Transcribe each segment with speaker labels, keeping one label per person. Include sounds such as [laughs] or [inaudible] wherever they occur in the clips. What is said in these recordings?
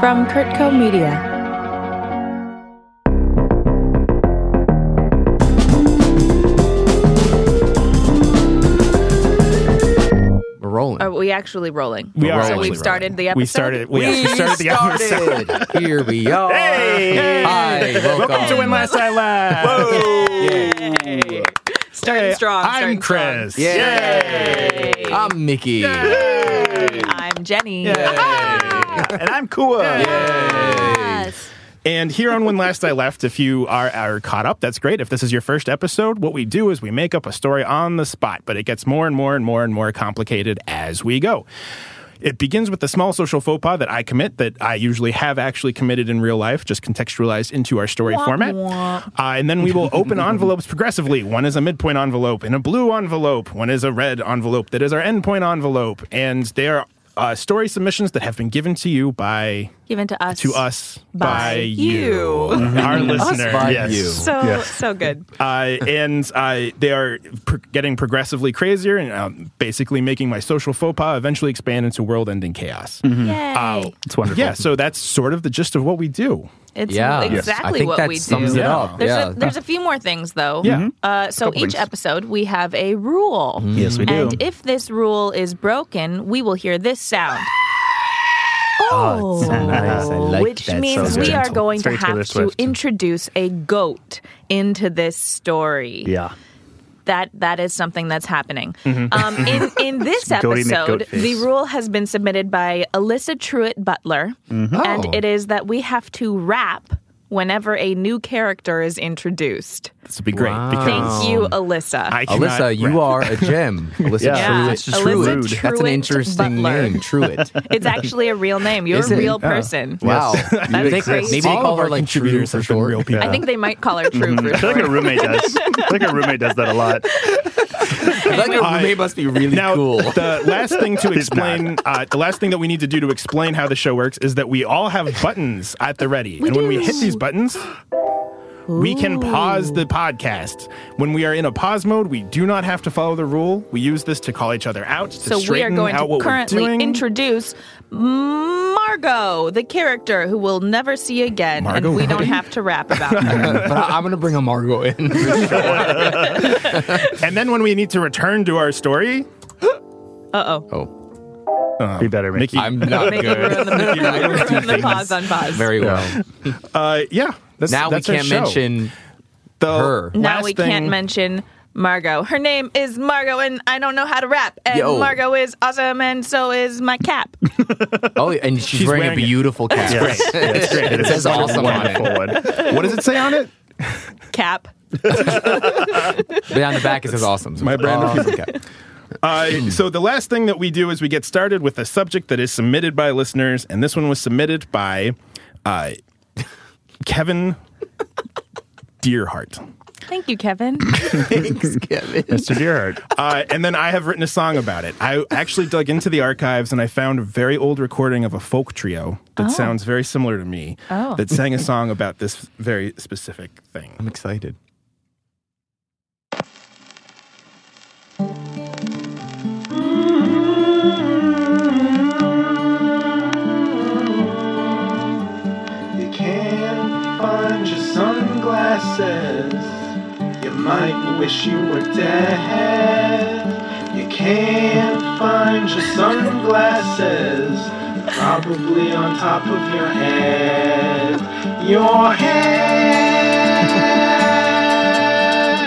Speaker 1: from Kurtco Media.
Speaker 2: We're rolling.
Speaker 1: Are we actually rolling?
Speaker 3: We are
Speaker 1: So
Speaker 3: actually
Speaker 1: we've
Speaker 2: rolling.
Speaker 1: started the episode.
Speaker 3: We Oh, started. We, we started the episode.
Speaker 2: started. [laughs] Here we are.
Speaker 3: Hey!
Speaker 2: Hi, welcome.
Speaker 3: Welcome to When Last I Laughed.
Speaker 1: Yay. Starting
Speaker 3: Hey,
Speaker 1: strong.
Speaker 3: I'm
Speaker 1: starting strong.
Speaker 3: Chris.
Speaker 2: Yay.
Speaker 1: Yay.
Speaker 2: I'm Mickey.
Speaker 1: I'm Jenny.
Speaker 3: [laughs] And I'm Kua.
Speaker 1: Yes.
Speaker 3: And here on
Speaker 1: [laughs]
Speaker 3: When Last I Left, if you are, are caught up, that's great. If this is your first episode, what we do is we make up a story on the spot, but it gets more and more and more and more complicated as we go. It begins with the small social faux pas that I commit, that I usually have actually committed in real life, just contextualized into our story
Speaker 1: Womp
Speaker 3: format.
Speaker 1: womp.
Speaker 3: Uh, and then we will open envelopes progressively. One is a midpoint envelope and a blue envelope. One is a red envelope that is our endpoint envelope. And they are uh, story submissions that have been given to you by
Speaker 1: Given to us.
Speaker 3: to us
Speaker 1: By
Speaker 3: by,
Speaker 1: you.
Speaker 3: you, our listener.
Speaker 2: Mm-hmm. by
Speaker 3: yes.
Speaker 2: you.
Speaker 1: So so
Speaker 2: [laughs]
Speaker 1: good.
Speaker 3: Uh, and uh, they are pr- getting progressively crazier and um, basically making my social faux pas eventually expand into world ending chaos.
Speaker 2: Mm-hmm.
Speaker 1: Yay.
Speaker 4: It's wonderful.
Speaker 3: Yeah, so that's sort of the gist of what we do.
Speaker 1: It's
Speaker 2: Yeah. Yes.
Speaker 1: exactly
Speaker 2: I think
Speaker 1: what
Speaker 2: that
Speaker 1: we do.
Speaker 2: sums it
Speaker 3: Yeah.
Speaker 2: up.
Speaker 1: There's,
Speaker 2: yeah.
Speaker 1: a, there's a few more things though.
Speaker 3: Yeah. Mhm.
Speaker 1: Uh, so each episode we have a rule.
Speaker 4: Yes, we do.
Speaker 1: And if this rule is broken, we will hear this sound. Oh,
Speaker 4: Ah, nice. I like
Speaker 1: which
Speaker 4: that.
Speaker 1: means
Speaker 4: Sounds
Speaker 1: we
Speaker 4: gentle.
Speaker 1: are going
Speaker 4: It's
Speaker 1: to
Speaker 4: very Taylor
Speaker 1: have to
Speaker 4: Swift.
Speaker 1: introduce a goat into this story.
Speaker 4: yeah. Mm-hmm.
Speaker 1: That that is something that's happening. Um, in
Speaker 4: [laughs]
Speaker 1: in this
Speaker 4: Goaty
Speaker 1: episode,
Speaker 4: McGoatface.
Speaker 1: the rule has been submitted by Alyssa Truitt Butler, and
Speaker 4: Mm-hmm.
Speaker 2: Oh.
Speaker 1: it is that we have to rap whenever a new character is introduced.
Speaker 3: This would be great.
Speaker 2: Wow.
Speaker 3: Because
Speaker 1: Thank
Speaker 2: Oh.
Speaker 1: you, Alyssa.
Speaker 3: I cannot
Speaker 2: Alyssa, you
Speaker 3: rap.
Speaker 2: are a
Speaker 3: [laughs]
Speaker 2: gem. Alyssa
Speaker 4: Yeah.
Speaker 1: Yeah.
Speaker 2: Truitt.
Speaker 1: Alyssa
Speaker 2: Truitt. That's an
Speaker 1: Truitt
Speaker 2: interesting
Speaker 1: Butler.
Speaker 2: name,
Speaker 3: [laughs]
Speaker 2: Truitt.
Speaker 1: It's actually a real
Speaker 4: [laughs]
Speaker 1: name. You're
Speaker 2: Is
Speaker 1: a
Speaker 2: it?
Speaker 1: real
Speaker 2: Oh.
Speaker 1: person.
Speaker 2: Wow.
Speaker 1: That's
Speaker 2: Maybe-
Speaker 1: crazy.
Speaker 2: Maybe they
Speaker 3: all
Speaker 2: call
Speaker 3: of our
Speaker 2: her like True
Speaker 3: contributors
Speaker 2: for
Speaker 3: have been real
Speaker 2: short.
Speaker 3: people.
Speaker 1: I think they might call her True
Speaker 3: Mm-hmm.
Speaker 1: for
Speaker 4: I feel like
Speaker 1: short.
Speaker 4: a roommate does. I feel like a roommate does that a lot.
Speaker 2: [laughs] I think your roommate must be really
Speaker 3: Now, [laughs]
Speaker 2: cool.
Speaker 3: the last thing to
Speaker 4: He's not.
Speaker 3: explain, uh, the last thing that we need to do to explain how the show works is that we all have buttons at the ready. and when we hit these buttons, we can pause the podcast. When we are in a pause mode, we do not have to follow the rule. We use this to call each other out, to
Speaker 1: So we are
Speaker 3: straighten
Speaker 1: going
Speaker 3: out
Speaker 1: to
Speaker 3: what we're
Speaker 1: currently
Speaker 3: doing.
Speaker 1: introduce Margot, the character who we'll never see again,
Speaker 3: Margot
Speaker 1: and we don't
Speaker 3: Robbie?
Speaker 1: have to rap about
Speaker 3: [laughs]
Speaker 1: her.
Speaker 2: [laughs] but I, am going to bring a Margot in.
Speaker 3: and then when we need to return to our story,
Speaker 1: Uh oh.
Speaker 2: oh,
Speaker 4: Be better, Mickey.
Speaker 3: Mickey,
Speaker 2: I'm not
Speaker 1: Maybe
Speaker 2: good.
Speaker 1: we're in the, we're in the pause on pause.
Speaker 2: Very well.
Speaker 3: uh, yeah. That's,
Speaker 2: Now we
Speaker 3: that's our
Speaker 2: can't
Speaker 3: show.
Speaker 2: mention
Speaker 3: the
Speaker 2: her.
Speaker 1: now
Speaker 3: last
Speaker 1: we
Speaker 3: thing-
Speaker 1: can't mention Margot. Her name is Margot, and I don't know how to rap. And
Speaker 2: Yo.
Speaker 1: Margot is awesome, and so is my cap.
Speaker 2: Oh, and she's, wearing,
Speaker 3: wearing
Speaker 2: a
Speaker 3: it.
Speaker 2: beautiful cap.
Speaker 4: [laughs] Yes. Yes, great.
Speaker 2: It says
Speaker 4: is
Speaker 2: awesome
Speaker 4: wonderful,
Speaker 2: on it.
Speaker 4: wonderful one.
Speaker 3: What does it say on it?
Speaker 1: Cap.
Speaker 2: But on the back it says awesome. So
Speaker 3: My
Speaker 2: it's
Speaker 3: brand of
Speaker 2: awesome cap.
Speaker 3: Uh, so the last thing that we do is we get started with a subject that is submitted by listeners, and this one was submitted by uh, Kevin Deerhart.
Speaker 1: Thank you,
Speaker 3: [laughs]
Speaker 1: Kevin.
Speaker 2: [laughs] Thanks, Kevin.
Speaker 4: Mr. Deerhart.
Speaker 3: Uh, and then I have written a song about it. I actually dug into the archives and I found a very old recording of a folk trio that sounds very similar to me
Speaker 1: Oh.
Speaker 3: that sang a song about this very specific thing.
Speaker 2: I'm excited.
Speaker 5: You can't find your sunglasses. You might wish you were dead. You can't find your sunglasses. Probably on top of your head. Your head.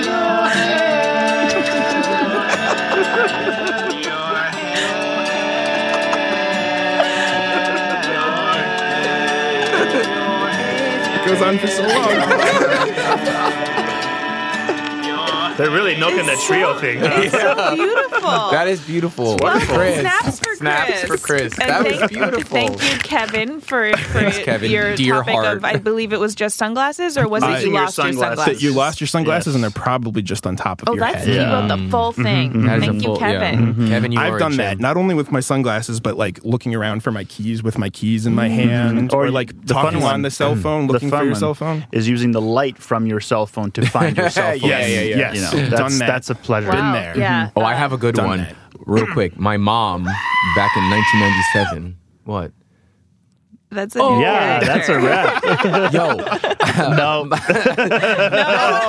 Speaker 5: Your head. Your head. Your head.
Speaker 3: It goes on for so long.
Speaker 4: They're really milking the trio thing. huh?
Speaker 1: so beautiful.
Speaker 2: That is beautiful.
Speaker 1: Well,
Speaker 2: Chris.
Speaker 1: snaps for
Speaker 2: Snaps
Speaker 1: Chris.
Speaker 2: for Chris.
Speaker 1: And
Speaker 2: That
Speaker 1: thank,
Speaker 2: was beautiful.
Speaker 1: Thank you, Kevin,
Speaker 2: [laughs]
Speaker 1: for, for
Speaker 2: Kevin.
Speaker 1: your
Speaker 2: Dear
Speaker 1: topic
Speaker 2: heart.
Speaker 1: of I believe it was just sunglasses, or was it
Speaker 4: Losing
Speaker 1: you
Speaker 4: your
Speaker 1: lost your
Speaker 4: sunglasses.
Speaker 1: sunglasses?
Speaker 3: That you lost your sunglasses
Speaker 4: Yes.
Speaker 3: and they're probably just on top of
Speaker 1: oh,
Speaker 3: your
Speaker 1: that's
Speaker 3: head.
Speaker 1: he wrote the full thing.
Speaker 2: That is Mm-hmm. a
Speaker 1: Thank you,
Speaker 2: full- yeah. Mm-hmm.
Speaker 1: Kevin.
Speaker 2: Kevin, you are
Speaker 3: Mm-hmm. I've
Speaker 2: a
Speaker 3: done that
Speaker 2: gem.
Speaker 3: not only with my sunglasses, but like looking around for my keys with my keys in my
Speaker 2: Mm-hmm.
Speaker 3: hand,
Speaker 4: Or
Speaker 3: or,
Speaker 4: you-
Speaker 3: like
Speaker 4: the fun
Speaker 3: talking
Speaker 4: one.
Speaker 3: on the cell
Speaker 2: Mm.
Speaker 3: phone,
Speaker 4: The
Speaker 3: looking for
Speaker 4: fun
Speaker 3: your
Speaker 4: one
Speaker 3: cell phone.
Speaker 4: is using the light from your cell phone to find your cell phone.
Speaker 2: Yeah, yeah, yeah.
Speaker 4: You know,
Speaker 3: Yes.
Speaker 4: that's,
Speaker 3: Done that.
Speaker 4: that's a pleasure.
Speaker 1: Wow.
Speaker 3: there.
Speaker 1: Yeah.
Speaker 2: Oh, I have a good
Speaker 3: Done
Speaker 2: one.
Speaker 3: that.
Speaker 2: Real quick. My mom, back in 1997. What?
Speaker 1: That's a new
Speaker 4: yeah, that's a
Speaker 1: character.
Speaker 4: wrap.
Speaker 2: Yo,
Speaker 4: no, [laughs]
Speaker 1: No, I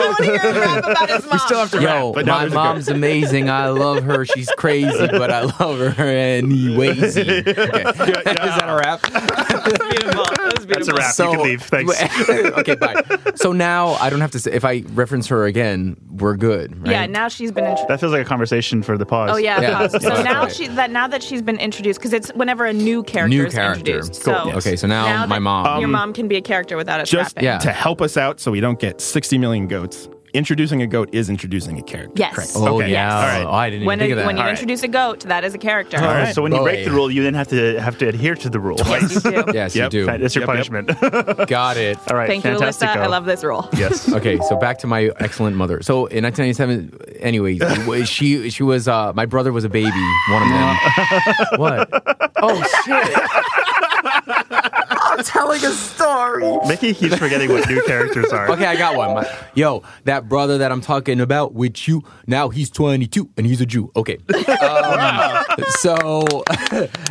Speaker 1: want to hear a rap about his mom.
Speaker 3: We still have to
Speaker 2: yo,
Speaker 3: rap, but now
Speaker 2: my
Speaker 3: there's a
Speaker 2: mom's amazing. I love her. She's crazy, but I love her anyways.
Speaker 3: [laughs]
Speaker 2: Okay.
Speaker 3: good-
Speaker 2: Is that a wrap?
Speaker 4: that's a wrap. you can leave.
Speaker 2: [laughs]
Speaker 4: Thanks.
Speaker 2: okay, bye. So now I don't have to say if I reference her again, we're good. Right?
Speaker 1: Yeah, now she's been introduced.
Speaker 4: That feels like a conversation for the pause.
Speaker 1: Oh yeah.
Speaker 2: Yeah.
Speaker 1: pause. So
Speaker 2: Yeah.
Speaker 1: now
Speaker 2: Right.
Speaker 1: she that now that she's been introduced because it's whenever a new character
Speaker 2: New
Speaker 1: is
Speaker 2: character.
Speaker 1: introduced.
Speaker 2: Cool.
Speaker 1: So
Speaker 2: Yes. Okay, so now my
Speaker 1: that
Speaker 2: mom.
Speaker 1: Your
Speaker 2: Um,
Speaker 1: mom can be a character without us
Speaker 3: Just
Speaker 1: rapping.
Speaker 2: Yeah.
Speaker 3: to help us out so we don't get 60 million goats, introducing a goat is introducing a character.
Speaker 1: Yes.
Speaker 3: Correct.
Speaker 2: Oh
Speaker 3: okay.
Speaker 2: yeah.
Speaker 3: [laughs] All right.
Speaker 2: Oh, I didn't
Speaker 1: When,
Speaker 2: even think
Speaker 1: a-
Speaker 2: of that.
Speaker 1: when you
Speaker 3: All right.
Speaker 1: introduce a goat, that is a character.
Speaker 4: All right. So when you
Speaker 2: Boy.
Speaker 4: break the rule, you then have to have to adhere to the rule. [laughs]
Speaker 1: Yes, you
Speaker 2: [laughs]
Speaker 1: do.
Speaker 2: yes,
Speaker 3: Yep.
Speaker 2: you do.
Speaker 4: That's your
Speaker 3: Yep, yep.
Speaker 4: punishment. [laughs]
Speaker 2: Got it.
Speaker 4: All right.
Speaker 1: Thank you, Alyssa.
Speaker 4: fantastico.
Speaker 1: I love this rule.
Speaker 4: Yes.
Speaker 2: Okay, so back to my excellent mother. So in 1997, anyway, wa- she she was uh, my brother was a baby, one of them.
Speaker 4: [laughs]
Speaker 2: what? Oh shit! I'm [laughs] telling a story.
Speaker 4: Mickey keeps forgetting what new characters are.
Speaker 2: Okay, I got one. My- yo, that brother that I'm talking about with you now, he's 22 and he's a Jew.
Speaker 4: [laughs]
Speaker 2: Okay, um, so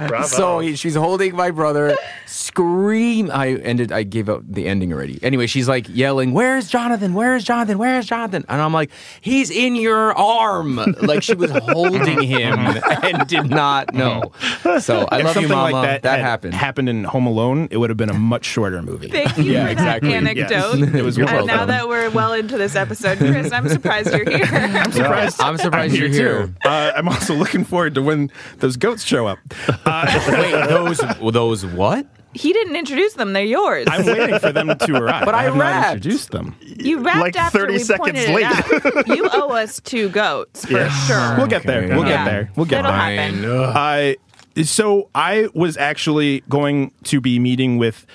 Speaker 4: Bravo.
Speaker 2: so he, she's holding my brother, scream. I ended. I gave up the ending already. Anyway, she's like yelling, "Where's Jonathan? Where's Jonathan? Where's Jonathan?" And I'm like, "He's in your arm!" Like she was [laughs] holding him and did not know. So I
Speaker 3: If
Speaker 2: love you,
Speaker 3: something
Speaker 2: Mama.
Speaker 3: like that,
Speaker 2: that
Speaker 3: had
Speaker 2: happened.
Speaker 3: happened in Home Alone, it would have been a much shorter
Speaker 1: [laughs]
Speaker 3: movie.
Speaker 1: Thank you
Speaker 2: Yeah,
Speaker 1: for
Speaker 2: exactly.
Speaker 1: that anecdote.
Speaker 3: Yes. [laughs] It
Speaker 2: [laughs]
Speaker 3: was
Speaker 2: You're
Speaker 1: And now
Speaker 2: welcome.
Speaker 1: that we're well into this episode, Chris, I'm surprised you're here. I'm surprised.
Speaker 3: [laughs]
Speaker 2: I'm surprised
Speaker 3: I'm
Speaker 2: you're here.
Speaker 3: too. Uh, I'm also looking forward to when those goats show up. Uh,
Speaker 2: Wait, those those what?
Speaker 1: [laughs] He didn't introduce them; they're yours.
Speaker 3: I'm waiting for them to arrive.
Speaker 2: But I
Speaker 3: have
Speaker 2: rapped.
Speaker 3: not introduced them.
Speaker 1: you wrapped
Speaker 4: like
Speaker 1: after
Speaker 4: 30
Speaker 1: we
Speaker 4: seconds
Speaker 1: pointed It out. You owe us two goats for sure.
Speaker 3: We'll get there. We'll
Speaker 1: Yeah.
Speaker 3: get there. We'll get
Speaker 1: It'll
Speaker 3: there.
Speaker 1: happen.
Speaker 3: I so I was actually going to be meeting with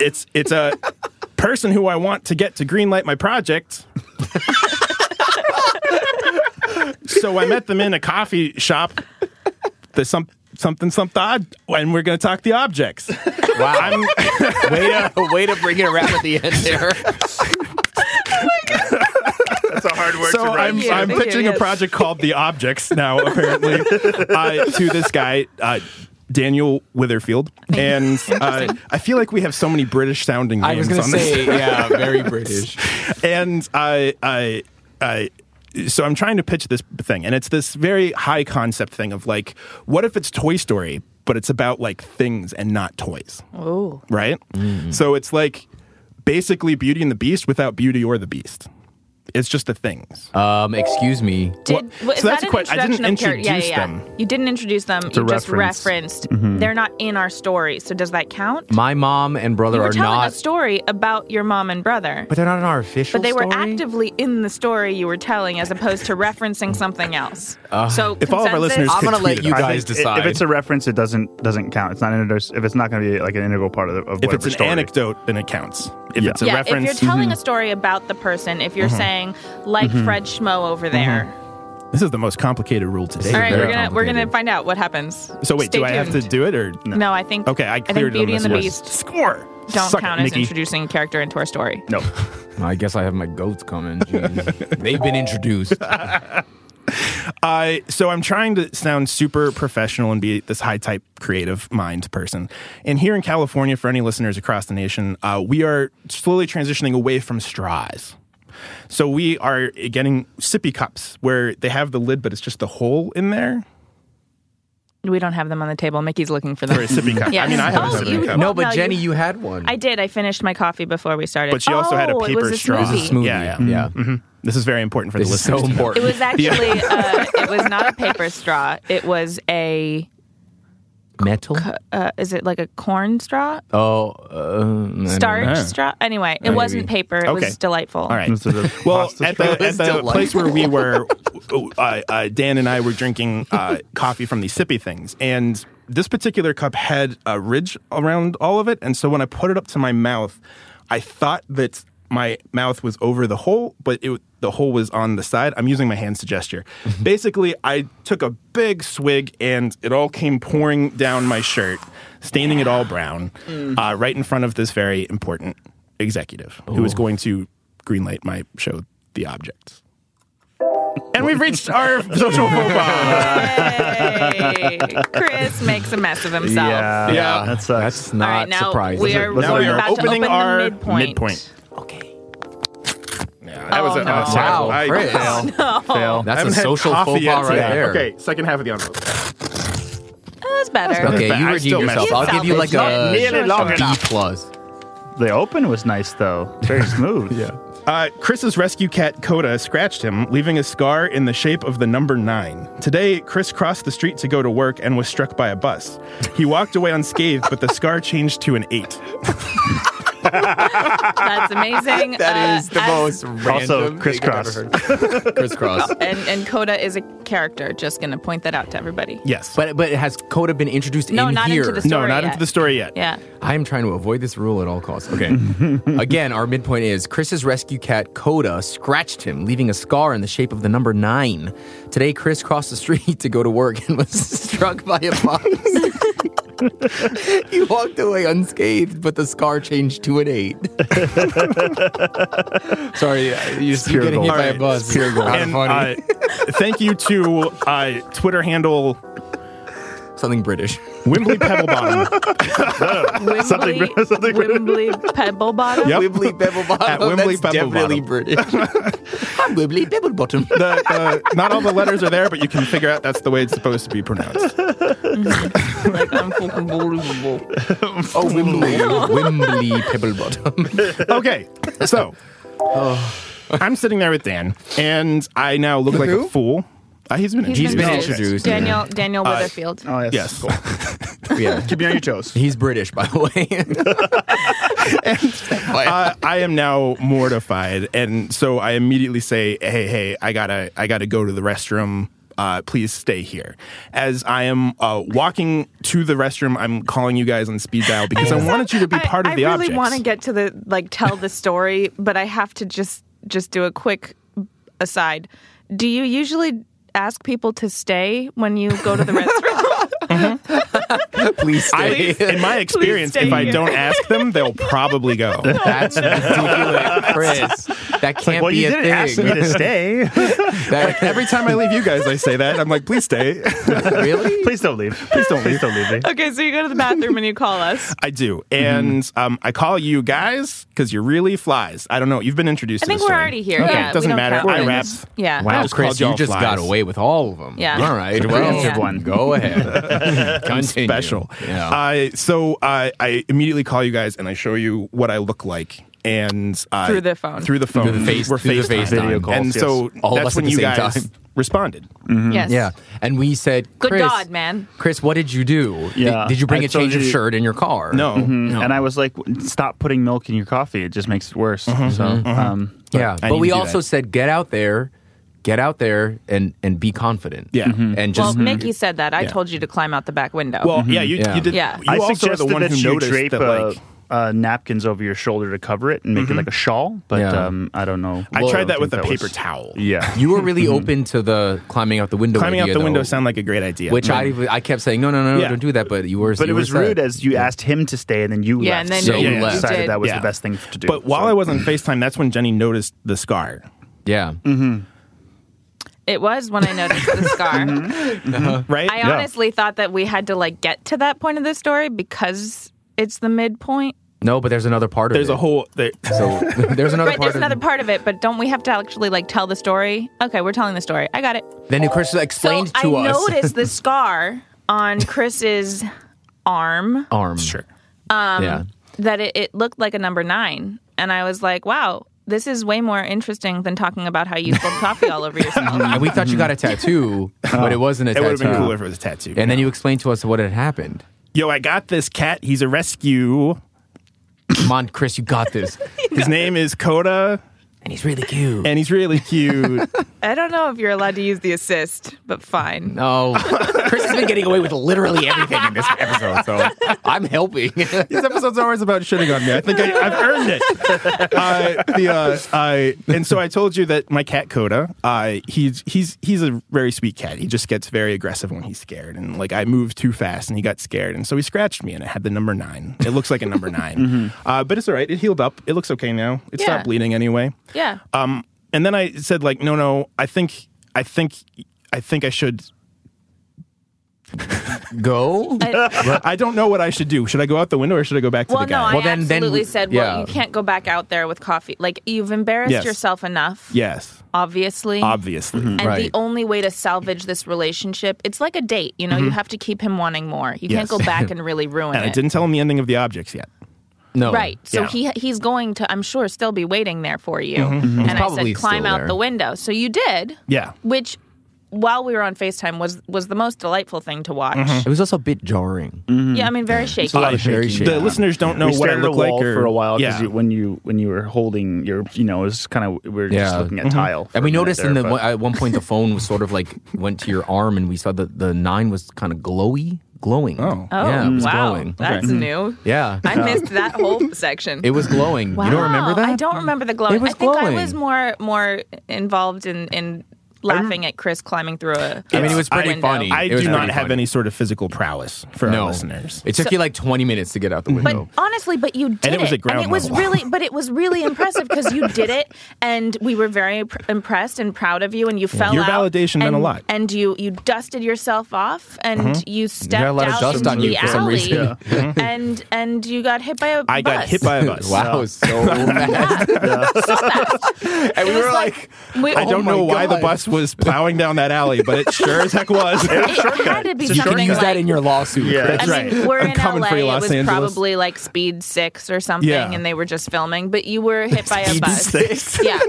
Speaker 3: it's it's a person who I want to get to greenlight my project. so I met them in a coffee shop. The some something something odd, and we're going to talk the objects.
Speaker 2: Wow.
Speaker 3: [laughs]
Speaker 2: way, to, Oh, way to bring it around at [laughs] the end there.
Speaker 4: That's a hard word
Speaker 3: so
Speaker 4: to write.
Speaker 3: I'm,
Speaker 1: Yeah,
Speaker 3: I'm
Speaker 1: thank you,
Speaker 3: pitching
Speaker 1: yes.
Speaker 3: a project called The Objects
Speaker 1: [laughs]
Speaker 3: now, apparently, uh, to this guy, uh, Daniel Witherfield. And uh, I feel like we have so many British sounding names
Speaker 2: I was going to
Speaker 3: on this.
Speaker 2: [laughs] say, yeah, very British.
Speaker 3: [laughs] and I, I, I, so I'm trying to pitch this thing, and it's this very high concept thing of like, what if it's Toy Story, but it's about like things and not toys?
Speaker 1: Oh,
Speaker 3: right?
Speaker 2: Mm.
Speaker 3: So it's like basically Beauty and the Beast without Beauty or the Beast. It's just the things.
Speaker 2: Um, excuse me.
Speaker 1: did
Speaker 3: Well,
Speaker 1: was
Speaker 3: so
Speaker 1: that
Speaker 3: that's
Speaker 1: an
Speaker 3: a que- I didn't
Speaker 1: introduction of character? Yeah, yeah,
Speaker 3: introduce
Speaker 1: yeah.
Speaker 3: them. Mm-hmm.
Speaker 1: You didn't introduce them.
Speaker 4: a
Speaker 1: You just
Speaker 4: reference.
Speaker 1: referenced. They're not in our story, so does that count?
Speaker 2: My mom and brother
Speaker 1: you were
Speaker 2: are
Speaker 1: telling
Speaker 2: not.
Speaker 1: a story about your mom and brother,
Speaker 2: But they're not in our official
Speaker 1: but they were
Speaker 2: story?
Speaker 1: actively in the story you were telling, as opposed to referencing something else. so
Speaker 3: Uh, If all of our
Speaker 1: consensus-
Speaker 3: listeners
Speaker 2: I'm
Speaker 3: could
Speaker 2: gonna
Speaker 3: tweet
Speaker 2: let
Speaker 3: it
Speaker 2: you
Speaker 3: out.
Speaker 2: guys
Speaker 4: If-
Speaker 2: decide.
Speaker 4: If it's a reference, it doesn't doesn't count. It's not an inter- if it's not going to be like an integral part of, the, of
Speaker 3: If
Speaker 4: whatever
Speaker 3: it's an
Speaker 4: story.
Speaker 3: anecdote, then it counts. If
Speaker 4: Yeah.
Speaker 3: it's a
Speaker 1: yeah,
Speaker 3: reference, Mm-hmm. hmm.
Speaker 1: if you're telling a story about the person, if you're saying like Fred Schmo over there,
Speaker 3: Mm-hmm. this is the most complicated rule today.
Speaker 1: all right,
Speaker 2: very
Speaker 1: we're gonna we're gonna
Speaker 2: complicated.
Speaker 1: find out what happens.
Speaker 3: So wait,
Speaker 1: Stay
Speaker 3: do I have to
Speaker 1: tuned.
Speaker 3: do it or no?
Speaker 1: No, I think.
Speaker 3: Okay, I
Speaker 1: think
Speaker 3: cleared it on
Speaker 1: Beauty and
Speaker 3: this
Speaker 1: the
Speaker 3: one.
Speaker 1: Beast
Speaker 3: Score.
Speaker 1: don't
Speaker 3: Suck it,
Speaker 1: count as
Speaker 3: Mickey.
Speaker 1: introducing character into our story.
Speaker 3: [laughs]
Speaker 4: No.
Speaker 2: I guess I have my goats coming. Jeez. They've been introduced.
Speaker 3: I so I'm trying to sound super professional and be this high type creative mind person. And here in California, for any listeners across the nation, uh, we are slowly transitioning away from straws. So we are getting sippy cups where they have the lid, but it's just the hole in there
Speaker 1: We don't have them on the table. Mickey's looking for
Speaker 3: for
Speaker 1: them.
Speaker 3: a sippy cup.
Speaker 1: Yes.
Speaker 3: I mean, I have
Speaker 1: Oh,
Speaker 3: a sippy
Speaker 1: you-
Speaker 3: cup.
Speaker 2: no, but
Speaker 1: No, you-
Speaker 2: Jenny, you, had one.
Speaker 1: I did. I finished my coffee before we started.
Speaker 3: But she also had a
Speaker 1: Oh, it was
Speaker 3: paper straw.
Speaker 1: smoothie.
Speaker 3: This is
Speaker 2: Smoothie.
Speaker 3: Yeah,
Speaker 2: Yeah,
Speaker 3: yeah. Mm-hmm. This is very important for
Speaker 2: This
Speaker 3: the
Speaker 2: is so
Speaker 3: listeners. to know.
Speaker 1: It
Speaker 2: important.
Speaker 1: was actually uh, it was not a paper straw. It was a
Speaker 2: Metal?
Speaker 1: uh, is it like a corn straw,
Speaker 2: Oh, uh,
Speaker 1: starch
Speaker 3: know.
Speaker 1: straw? Anyway, it wasn't paper. It
Speaker 3: Okay.
Speaker 1: was delightful.
Speaker 3: All right.
Speaker 4: This is a
Speaker 3: Well,
Speaker 4: pasta
Speaker 3: at the,
Speaker 4: straw.
Speaker 3: at the
Speaker 2: delightful.
Speaker 3: place where we were, uh, uh, Dan and I were drinking uh, coffee from these sippy things, and this particular cup had a ridge around all of it, and so when I put it up to my mouth, I thought that my mouth was over the hole, but it, the hole was on the side. I'm using my hands to gesture. Basically, I took a big swig, and it all came pouring down my shirt, staining it all brown, uh, right in front of this very important executive who was going to greenlight my show, The Objects. And we've reached [laughs] our social faux pas.
Speaker 1: Yay. Chris makes a mess of himself.
Speaker 4: Yeah,
Speaker 3: Yeah.
Speaker 4: that sucks.
Speaker 2: That's
Speaker 1: All
Speaker 2: not
Speaker 1: right, now
Speaker 2: surprising.
Speaker 1: we are,
Speaker 4: Let's
Speaker 3: Now
Speaker 1: we're
Speaker 3: we are
Speaker 1: about
Speaker 3: opening
Speaker 1: to open
Speaker 3: our
Speaker 1: the midpoint. [laughs]
Speaker 3: midpoint.
Speaker 1: Okay.
Speaker 3: Yeah, [laughs] that was
Speaker 1: Oh,
Speaker 3: a,
Speaker 1: no.
Speaker 3: a
Speaker 2: Wow,
Speaker 3: terrible- I-
Speaker 2: Chris.
Speaker 1: [laughs] Oh,
Speaker 4: Fail.
Speaker 2: That's a
Speaker 3: haven't had
Speaker 2: social
Speaker 3: coffee
Speaker 2: faux
Speaker 3: yet
Speaker 2: pas right
Speaker 3: today.
Speaker 2: there.
Speaker 3: Okay, second half of the envelope.
Speaker 1: That was better.
Speaker 2: Okay,
Speaker 3: But
Speaker 2: you
Speaker 3: I
Speaker 2: redeem
Speaker 3: still messed
Speaker 2: yourself.
Speaker 1: up.
Speaker 2: I'll give you like
Speaker 1: It's not
Speaker 2: a,
Speaker 1: nearly
Speaker 2: a
Speaker 1: long
Speaker 2: B
Speaker 1: enough.
Speaker 2: plus.
Speaker 4: The open was nice though.
Speaker 3: [laughs]
Speaker 4: Very smooth. yeah.
Speaker 3: Uh, Chris's rescue cat Coda scratched him, leaving a scar in the shape of the number nine. Today, Chris crossed the street to go to work and was struck by a bus. He walked away unscathed, but the scar changed to an eight.
Speaker 1: That's amazing.
Speaker 2: That
Speaker 1: Uh,
Speaker 2: is the
Speaker 1: as-
Speaker 2: most random
Speaker 4: Also,
Speaker 2: thing
Speaker 4: crisscross.
Speaker 2: I've ever heard. crisscross.
Speaker 1: And, and Coda is a character. Just going to point that out to everybody.
Speaker 3: Yes.
Speaker 2: But but has Coda been introduced
Speaker 1: No,
Speaker 2: in
Speaker 1: not
Speaker 2: here?
Speaker 1: into the
Speaker 3: no,
Speaker 1: story
Speaker 3: not
Speaker 1: yet.
Speaker 3: into the story yet.
Speaker 1: Yeah.
Speaker 2: I'm trying to avoid this rule at all costs. Okay. [laughs] Again, our midpoint is Chris's rescue cat, Coda, scratched him, leaving a scar in the shape of the number nine. Today, Chris crossed the street [laughs] to go to work and was struck by a bus. [laughs] he walked away unscathed, but the scar changed to an eight. [laughs] Sorry, uh, you're just
Speaker 4: pure
Speaker 2: getting hit by
Speaker 4: gold.
Speaker 2: a
Speaker 3: All right,
Speaker 2: bus. Pure gold.
Speaker 3: And uh, thank you to uh, Twitter handle
Speaker 2: Something [laughs] British.
Speaker 3: Wimbley Pebblebottom
Speaker 1: Wimbly,
Speaker 4: Something- something-
Speaker 1: Wimbly Pebble Bottom.
Speaker 3: Yep.
Speaker 2: Wibbly [laughs] Pebble Bottom.
Speaker 3: At Wibbly
Speaker 2: That's
Speaker 3: Pebble
Speaker 2: definitely [laughs]
Speaker 3: Bottom.
Speaker 2: British. I'm Wibbly Pebble Bottom.
Speaker 3: the, the, not all the letters are there, but you can figure out that's the way it's supposed to be pronounced.
Speaker 1: Like, I'm fucking
Speaker 4: [laughs]
Speaker 1: believable.
Speaker 2: Oh, Wimbly. Wimbly Pebble
Speaker 4: [laughs]
Speaker 2: Bottom.
Speaker 3: okay, so I'm sitting there with Dan, and I now look like a fool. Uh, he's been Uh,
Speaker 2: He's been introduced.
Speaker 1: Daniel Daniel Weatherfield.
Speaker 4: Oh yes.
Speaker 3: Yes.
Speaker 2: Yeah.
Speaker 4: Keep me on your toes.
Speaker 2: He's British, by the way.
Speaker 3: [laughs] Uh, I am now mortified, and so I immediately say, "Hey, hey, I gotta, I gotta go to the restroom. Uh, please stay here." As I am uh, walking to the restroom, I'm calling you guys on speed dial because I, wanted you to be part
Speaker 1: I,
Speaker 3: of the
Speaker 1: I really
Speaker 3: objects.
Speaker 1: want to get to the like tell the story, but I have to just just do a quick aside. Do you usually ask people to stay when you go
Speaker 3: [laughs]
Speaker 1: to the restroom?
Speaker 2: Please
Speaker 3: I,
Speaker 2: stay.
Speaker 3: in my experience,
Speaker 1: stay
Speaker 3: if I
Speaker 1: here.
Speaker 3: don't ask them, they'll probably go.
Speaker 2: [laughs] That's ridiculous, Chris. That can't
Speaker 4: Well,
Speaker 2: be
Speaker 4: you
Speaker 2: a
Speaker 4: didn't
Speaker 2: thing.
Speaker 4: ask me to stay.
Speaker 2: [laughs] That-
Speaker 3: Every time I leave you guys, I say that. I'm like, please stay.
Speaker 4: [laughs]
Speaker 2: really?
Speaker 4: Please don't leave. Please don't leave. Please don't leave
Speaker 2: [laughs]
Speaker 4: me.
Speaker 1: okay, so you go to the bathroom and you call us.
Speaker 3: I do. And
Speaker 2: Mm-hmm.
Speaker 3: um, I call you guys because you're really flies. I don't know. You've been
Speaker 1: I
Speaker 3: introduced to
Speaker 1: think
Speaker 3: the
Speaker 1: we're
Speaker 3: story.
Speaker 1: already here.
Speaker 3: Okay,
Speaker 1: Yeah,
Speaker 3: it doesn't
Speaker 1: we don't
Speaker 3: matter.
Speaker 1: count
Speaker 3: I rap.
Speaker 1: this. Yeah.
Speaker 4: Wow.
Speaker 2: Wow,
Speaker 3: just
Speaker 2: Chris,
Speaker 3: called y'all
Speaker 2: you just got
Speaker 3: flies.
Speaker 2: away with all of them.
Speaker 1: Yeah.
Speaker 2: All right.
Speaker 4: It's a
Speaker 2: Well,
Speaker 1: preemptive
Speaker 4: one.
Speaker 2: Go
Speaker 4: [laughs]
Speaker 2: ahead. Continue.
Speaker 3: Special.
Speaker 2: Yeah.
Speaker 3: Uh, so uh, I immediately call you guys and I show you what I look like. And uh,
Speaker 1: Through the phone.
Speaker 3: Through the phone.
Speaker 2: Through the face-
Speaker 3: We're
Speaker 2: through the
Speaker 3: FaceTime.
Speaker 2: FaceTime. Video
Speaker 4: calls,
Speaker 3: And
Speaker 4: yes.
Speaker 3: so
Speaker 2: All of
Speaker 3: that's
Speaker 2: us at
Speaker 3: when
Speaker 2: the
Speaker 3: you
Speaker 2: same
Speaker 3: guys
Speaker 2: time.
Speaker 3: [laughs] responded.
Speaker 1: Yes.
Speaker 2: yeah. And we said,
Speaker 1: Good
Speaker 2: Chris,
Speaker 1: God, man.
Speaker 2: Chris, what did you do?
Speaker 4: Yeah.
Speaker 2: Did, did you bring
Speaker 4: I
Speaker 2: a change
Speaker 4: told
Speaker 2: of
Speaker 4: you-
Speaker 2: shirt in your car?
Speaker 3: No.
Speaker 4: And I was like, stop putting milk in your coffee. It just makes it worse.
Speaker 2: Mm-hmm.
Speaker 4: So, um,
Speaker 2: Yeah,
Speaker 3: I
Speaker 2: but
Speaker 3: need
Speaker 2: we
Speaker 3: to do
Speaker 2: also
Speaker 3: that.
Speaker 2: said get out there, get out there, and and be confident.
Speaker 3: Yeah. Mhm.
Speaker 2: and
Speaker 1: Well,
Speaker 2: just
Speaker 1: Mickey said that. I
Speaker 3: Yeah.
Speaker 1: told you to climb out the back window.
Speaker 3: Well, yeah, you,
Speaker 2: Mm-hmm. Yeah.
Speaker 3: you did.
Speaker 1: Yeah.
Speaker 3: You
Speaker 4: I
Speaker 3: also are
Speaker 4: suggested
Speaker 3: the one
Speaker 4: that
Speaker 3: who
Speaker 4: you
Speaker 3: noticed
Speaker 4: drape
Speaker 3: that,
Speaker 4: uh,
Speaker 3: like, Mm-hmm.
Speaker 4: uh, napkins over your shoulder to cover it and make it like a shawl. But
Speaker 2: Yeah.
Speaker 4: um, I don't know.
Speaker 3: I tried that
Speaker 4: don't
Speaker 3: with a
Speaker 4: think
Speaker 3: paper
Speaker 4: was-
Speaker 3: towel.
Speaker 4: [laughs] Yeah.
Speaker 2: you were really open to the climbing out the window.
Speaker 3: Mm-hmm. Climbing out
Speaker 2: idea,
Speaker 3: the window
Speaker 2: though,
Speaker 3: sounded like a great idea.
Speaker 2: which I I kept saying no no no no
Speaker 3: Yeah.
Speaker 2: don't do that, but you were
Speaker 4: But
Speaker 2: you
Speaker 4: it
Speaker 2: were
Speaker 4: was
Speaker 2: set.
Speaker 4: rude as you asked him to stay and then you
Speaker 1: Yeah,
Speaker 4: left.
Speaker 1: and then
Speaker 2: So
Speaker 4: you
Speaker 2: you left.
Speaker 4: decided that was
Speaker 3: Yeah.
Speaker 4: the best thing to do.
Speaker 3: But while
Speaker 4: So-
Speaker 3: I was on FaceTime, that's when Jenny noticed the scar.
Speaker 2: yeah
Speaker 3: Mm-hmm.
Speaker 1: it was when I noticed the
Speaker 3: [laughs] Mm-hmm.
Speaker 1: scar.
Speaker 3: Right?
Speaker 1: I honestly thought that we had to like get to that point of the story because it's the midpoint.
Speaker 2: no, but there's another part
Speaker 3: There's
Speaker 2: of
Speaker 3: a
Speaker 2: it.
Speaker 3: whole. There, [laughs]
Speaker 2: So [laughs] there's another
Speaker 1: right,
Speaker 2: part.
Speaker 1: there's
Speaker 2: of
Speaker 1: another part of it, but don't we have to actually like tell the story? Okay, we're telling the story. I got it.
Speaker 2: Then Chris
Speaker 1: So
Speaker 2: explained
Speaker 1: I
Speaker 2: to us
Speaker 1: noticed
Speaker 2: [laughs]
Speaker 1: the scar on Chris's arm
Speaker 2: arm. Sure. Um, yeah.
Speaker 1: that it, it looked like a number nine, and I was like, wow. This is way more interesting than talking about how you spilled coffee all
Speaker 2: [laughs]
Speaker 1: over yourself.
Speaker 2: And we thought you
Speaker 3: [laughs]
Speaker 2: got a tattoo, but it wasn't a
Speaker 3: it
Speaker 2: tattoo.
Speaker 3: would have been cooler if it was a tattoo.
Speaker 2: And then you explained to us what had happened.
Speaker 3: Yo, I got this cat. He's a rescue.
Speaker 2: Come on, Chris, you got this.
Speaker 3: [laughs] His name is Coda,
Speaker 2: And he's really cute.
Speaker 3: and he's
Speaker 2: [laughs]
Speaker 3: really cute.
Speaker 1: I don't know if you're allowed to use the assist, but fine.
Speaker 3: [laughs]
Speaker 2: No. Oh. Chris has been getting away with literally everything in this episode, so I'm helping.
Speaker 3: These episode's always about shitting on me. I think I, I've earned [laughs] it. Uh, the, uh, I, and so I told you that my cat Coda, uh, he's he's he's a very sweet cat. He just gets very aggressive when he's scared, and like I moved too fast, and he got scared, and so he scratched me, and it had the number nine. It looks like a number 9 [laughs] uh, but it's all right. It healed up. It looks okay now. It
Speaker 1: Yeah.
Speaker 3: stopped bleeding anyway.
Speaker 1: Yeah.
Speaker 3: Um, and then I said like, no, no, I think I think I think I should.
Speaker 2: [laughs] Go.
Speaker 1: Uh,
Speaker 3: I don't know what I should do. Should I go out the window or should I go back to
Speaker 1: Well,
Speaker 3: the
Speaker 1: no,
Speaker 3: guy?
Speaker 1: I
Speaker 2: Well, then- then
Speaker 1: absolutely
Speaker 2: we-
Speaker 1: said, well,
Speaker 2: yeah.
Speaker 1: you can't go back out there with coffee. Like, you've embarrassed
Speaker 3: Yes.
Speaker 1: yourself enough,
Speaker 3: yes,
Speaker 1: obviously.
Speaker 3: obviously.
Speaker 1: and
Speaker 2: Right.
Speaker 1: the only way to salvage this relationship, it's like a date. You know,
Speaker 2: Mm-hmm.
Speaker 1: you have to keep him wanting more. You
Speaker 3: Yes.
Speaker 1: can't go back
Speaker 2: [laughs]
Speaker 1: and really ruin
Speaker 3: And
Speaker 1: it.
Speaker 3: I didn't tell him the ending of the objects yet.
Speaker 2: No.
Speaker 1: Right. So
Speaker 3: Yeah.
Speaker 1: he he's going to, I'm sure, still be waiting there for you. And I
Speaker 2: Mm-hmm. probably
Speaker 1: said, climb
Speaker 2: still
Speaker 1: out
Speaker 2: there.
Speaker 1: the window. So you did.
Speaker 3: Yeah.
Speaker 1: Which, while we were on FaceTime, was was the most delightful thing to watch.
Speaker 2: It was also a bit jarring.
Speaker 1: Yeah, Mm-hmm. I mean, very shaky.
Speaker 2: Mm-hmm. lot of
Speaker 3: the
Speaker 2: very shaky.
Speaker 3: listeners don't know
Speaker 4: we
Speaker 3: what
Speaker 4: stared
Speaker 3: I
Speaker 4: at a
Speaker 3: look
Speaker 4: wall
Speaker 3: like or,
Speaker 4: for a while because
Speaker 3: Yeah.
Speaker 4: when you when you were holding your you know it was kind of we were just
Speaker 2: Yeah.
Speaker 4: looking at tile. for
Speaker 2: And we
Speaker 4: a minute
Speaker 2: noticed
Speaker 4: there,
Speaker 2: in the
Speaker 4: but-
Speaker 2: one- at one point the phone was sort of like went to your arm, and we saw that the nine was kind of glowy, glowing.
Speaker 3: Oh.
Speaker 1: oh,
Speaker 2: yeah, it was
Speaker 1: wow.
Speaker 2: glowing.
Speaker 1: That's new.
Speaker 2: [laughs] Yeah,
Speaker 1: I missed that whole section.
Speaker 2: it was glowing.
Speaker 1: wow.
Speaker 2: You don't remember that?
Speaker 1: I don't remember the glowing.
Speaker 2: It was
Speaker 1: I think
Speaker 2: glowing.
Speaker 1: I was more more involved in, in laughing at Chris climbing through a.
Speaker 2: I mean, it was pretty
Speaker 1: window.
Speaker 2: funny.
Speaker 3: I
Speaker 2: It was
Speaker 3: do not
Speaker 2: pretty
Speaker 3: have
Speaker 2: funny.
Speaker 3: any sort of physical prowess for
Speaker 2: No,
Speaker 3: our listeners.
Speaker 2: it took you like twenty minutes to get out the
Speaker 1: But
Speaker 2: window.
Speaker 1: honestly, but you did
Speaker 3: And it was at ground
Speaker 1: and it was
Speaker 3: level.
Speaker 1: really, but it was really impressive because you did it, and we were very pr- impressed and proud of you. And you fell.
Speaker 3: Your
Speaker 1: out,
Speaker 3: validation
Speaker 1: and,
Speaker 3: meant a lot.
Speaker 1: And you you dusted yourself off, and you stepped
Speaker 2: Mm-hmm. a lot of
Speaker 1: out
Speaker 2: dust
Speaker 1: into
Speaker 2: on
Speaker 1: the
Speaker 2: you for some
Speaker 1: alley,
Speaker 2: reason. Yeah.
Speaker 1: [laughs] and and you got hit by a.
Speaker 3: I got
Speaker 1: bus.
Speaker 3: hit by a
Speaker 2: [laughs]
Speaker 3: bus.
Speaker 2: wow, so fast.
Speaker 3: And we
Speaker 1: was
Speaker 3: were
Speaker 1: like-
Speaker 3: like,
Speaker 1: We,
Speaker 3: I don't
Speaker 2: my
Speaker 3: know why the
Speaker 2: God.
Speaker 3: bus was plowing down that alley, but it sure as heck was.
Speaker 1: It had to be
Speaker 2: You
Speaker 1: something
Speaker 2: could use
Speaker 1: like.
Speaker 2: that in your lawsuit.
Speaker 4: Yeah.
Speaker 2: Chris.
Speaker 1: I
Speaker 3: That's
Speaker 1: mean,
Speaker 3: right.
Speaker 1: we're
Speaker 3: I'm
Speaker 1: in
Speaker 3: coming
Speaker 1: LA.
Speaker 3: for you, Los
Speaker 1: it was
Speaker 3: Angeles.
Speaker 1: probably like Speed Six or something,
Speaker 3: Yeah.
Speaker 1: and they were just filming. But you were hit by a bus.
Speaker 3: Six.
Speaker 1: [laughs] Yeah,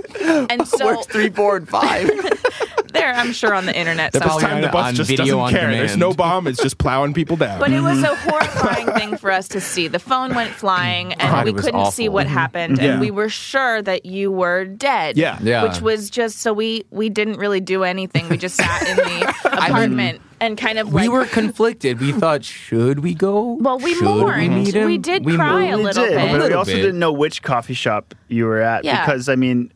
Speaker 3: [laughs]
Speaker 1: and so
Speaker 2: Where's three, four, and five?
Speaker 1: they're I'm sure on the internet.
Speaker 2: They're
Speaker 1: somewhere.
Speaker 2: probably
Speaker 3: Time the
Speaker 2: on
Speaker 3: bus just
Speaker 2: video
Speaker 3: doesn't
Speaker 2: on
Speaker 3: care. There's
Speaker 2: demand.
Speaker 3: no bomb. It's just plowing people down.
Speaker 1: But it was a
Speaker 3: Mm-hmm.
Speaker 1: horrifying thing for us to see. The phone went flying, and
Speaker 2: God,
Speaker 1: we
Speaker 2: it was
Speaker 1: couldn't see
Speaker 2: awful.
Speaker 1: what happened.
Speaker 3: Mm-hmm. Yeah.
Speaker 1: And we were sure that you were dead.
Speaker 3: Yeah.
Speaker 2: Yeah.
Speaker 1: Which was just so we we didn't really do anything. We just sat
Speaker 3: [laughs]
Speaker 1: in the apartment and kind of
Speaker 2: we
Speaker 1: like,
Speaker 2: were conflicted. We thought, should we go?
Speaker 1: Well, we
Speaker 2: Should
Speaker 1: mourned.
Speaker 2: meet him?
Speaker 1: We did cry a
Speaker 2: mourned.
Speaker 4: We
Speaker 1: little
Speaker 4: did,
Speaker 1: bit.
Speaker 4: but we
Speaker 2: Little
Speaker 4: also
Speaker 2: bit.
Speaker 4: didn't know which coffee shop you were at
Speaker 1: Yeah.
Speaker 4: because I mean,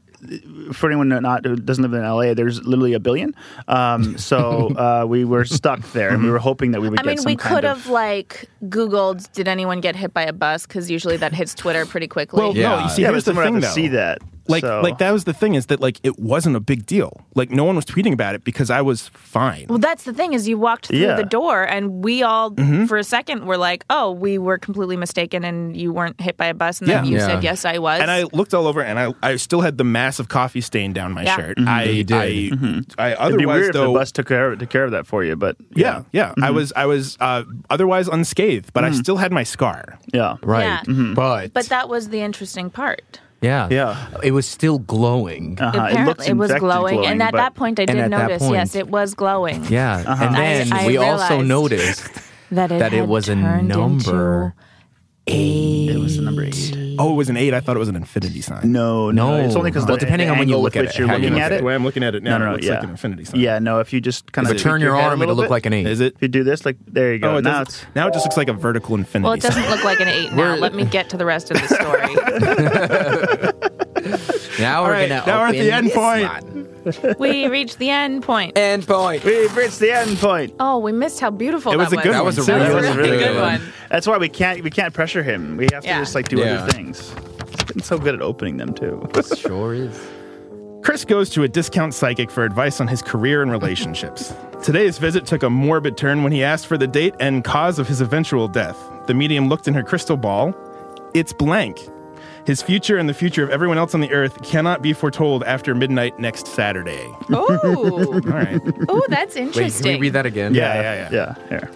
Speaker 4: for anyone who not who doesn't live in LA, there's literally a billion. Um, so uh, we were stuck there, and we were hoping that we would
Speaker 1: I
Speaker 4: get
Speaker 1: mean,
Speaker 4: some
Speaker 1: we
Speaker 4: kind
Speaker 1: could
Speaker 4: of-
Speaker 1: have like Googled, did anyone get hit by a bus? Because usually that hits Twitter pretty quickly.
Speaker 3: well, no,
Speaker 2: Yeah.
Speaker 3: you see,
Speaker 4: yeah,
Speaker 3: here's
Speaker 4: but
Speaker 3: the
Speaker 4: someone
Speaker 3: thing,
Speaker 4: had to
Speaker 3: though.
Speaker 4: see that.
Speaker 3: Like,
Speaker 4: so.
Speaker 3: like that was the thing is that like it wasn't a big deal. Like no one was tweeting about it because I was fine.
Speaker 1: Well, that's the thing is you walked through
Speaker 4: Yeah.
Speaker 1: the door and we all
Speaker 3: Mm-hmm.
Speaker 1: for a second were like, "Oh, we were completely mistaken and you weren't hit by a bus." And then
Speaker 3: Yeah.
Speaker 1: you
Speaker 2: Yeah.
Speaker 1: said, "Yes, I was."
Speaker 3: and I looked all over, and I, I still had the massive coffee stain down my
Speaker 1: Yeah.
Speaker 3: shirt.
Speaker 4: Mm-hmm.
Speaker 1: Mhm.
Speaker 3: I
Speaker 2: you did.
Speaker 3: I, I
Speaker 4: It'd be
Speaker 3: otherwise
Speaker 4: weird if
Speaker 3: though
Speaker 4: the bus took care, of, took care of that for you, Mm-hmm. but
Speaker 3: yeah yeah I was I was uh, otherwise unscathed, but
Speaker 4: Mm-hmm.
Speaker 3: I still had my scar.
Speaker 4: yeah,
Speaker 2: Right. Mm-hmm.
Speaker 1: Yeah.
Speaker 3: Mm-hmm.
Speaker 1: Mm-hmm.
Speaker 2: But,
Speaker 1: but that was the interesting part.
Speaker 2: yeah.
Speaker 4: Yeah.
Speaker 2: It was still glowing.
Speaker 4: Uh-huh. It
Speaker 1: Apparently,
Speaker 4: looks
Speaker 1: it, was
Speaker 4: infected
Speaker 1: glowing, and at
Speaker 4: but-
Speaker 1: that point, I did
Speaker 2: at that
Speaker 1: notice.
Speaker 2: point-
Speaker 1: yes, it was glowing.
Speaker 2: Yeah.
Speaker 4: Uh-huh.
Speaker 2: And
Speaker 1: I-
Speaker 2: then
Speaker 1: I
Speaker 2: we also
Speaker 1: realized
Speaker 2: noticed
Speaker 1: that it,
Speaker 2: that it
Speaker 1: had
Speaker 2: was a
Speaker 1: turned
Speaker 2: number.
Speaker 4: it was the number eight.
Speaker 3: Oh, it was an eight. I thought it was an infinity sign.
Speaker 4: No,
Speaker 2: No.
Speaker 4: no, it's only because
Speaker 2: Well, depending on when you look at it,
Speaker 4: you're
Speaker 2: how you
Speaker 4: looking
Speaker 2: look
Speaker 4: at
Speaker 2: at
Speaker 4: it.
Speaker 3: the way I'm looking at it now,
Speaker 4: no, no, no,
Speaker 3: it looks
Speaker 4: yeah.
Speaker 3: like an infinity sign.
Speaker 4: Yeah, no. If you just kind
Speaker 2: If
Speaker 4: of
Speaker 2: you turn your arm, it'll look like an eight.
Speaker 3: Is it?
Speaker 4: If you do this, like there you go.
Speaker 3: Oh, it
Speaker 4: now
Speaker 3: does,
Speaker 4: it's
Speaker 3: now it just looks like a vertical infinity.
Speaker 1: Well, it
Speaker 3: sign.
Speaker 1: doesn't look like an eight now. Let me get to the rest of the
Speaker 2: [laughs]
Speaker 1: story.
Speaker 2: Now we're
Speaker 3: right,
Speaker 2: gonna
Speaker 3: now we're at the
Speaker 2: open
Speaker 3: end
Speaker 2: this
Speaker 3: point.
Speaker 2: one.
Speaker 1: we reached the end point.
Speaker 2: End point.
Speaker 4: we've reached the end point.
Speaker 1: Oh, we missed how beautiful
Speaker 3: It was
Speaker 1: that
Speaker 3: a good
Speaker 2: That was a
Speaker 3: one, too.
Speaker 1: That
Speaker 2: really,
Speaker 1: was a really good one.
Speaker 4: That's why we can't we can't pressure him. We have to
Speaker 1: Yeah.
Speaker 4: just like do
Speaker 2: Yeah.
Speaker 4: other things. He's getting so good at opening them too.
Speaker 2: Sure is.
Speaker 3: Chris goes to a discount psychic for advice on his career and relationships. Today's visit took a morbid turn when he asked for the date and cause of his eventual death. The medium looked in her crystal ball. It's blank. His future and the future of everyone else on the earth cannot be foretold after midnight next Saturday.
Speaker 1: Oh,
Speaker 3: All
Speaker 4: [laughs]
Speaker 3: right.
Speaker 1: oh, that's
Speaker 2: Wait, can we
Speaker 1: interesting.
Speaker 2: read that again?
Speaker 3: Yeah, yeah, yeah.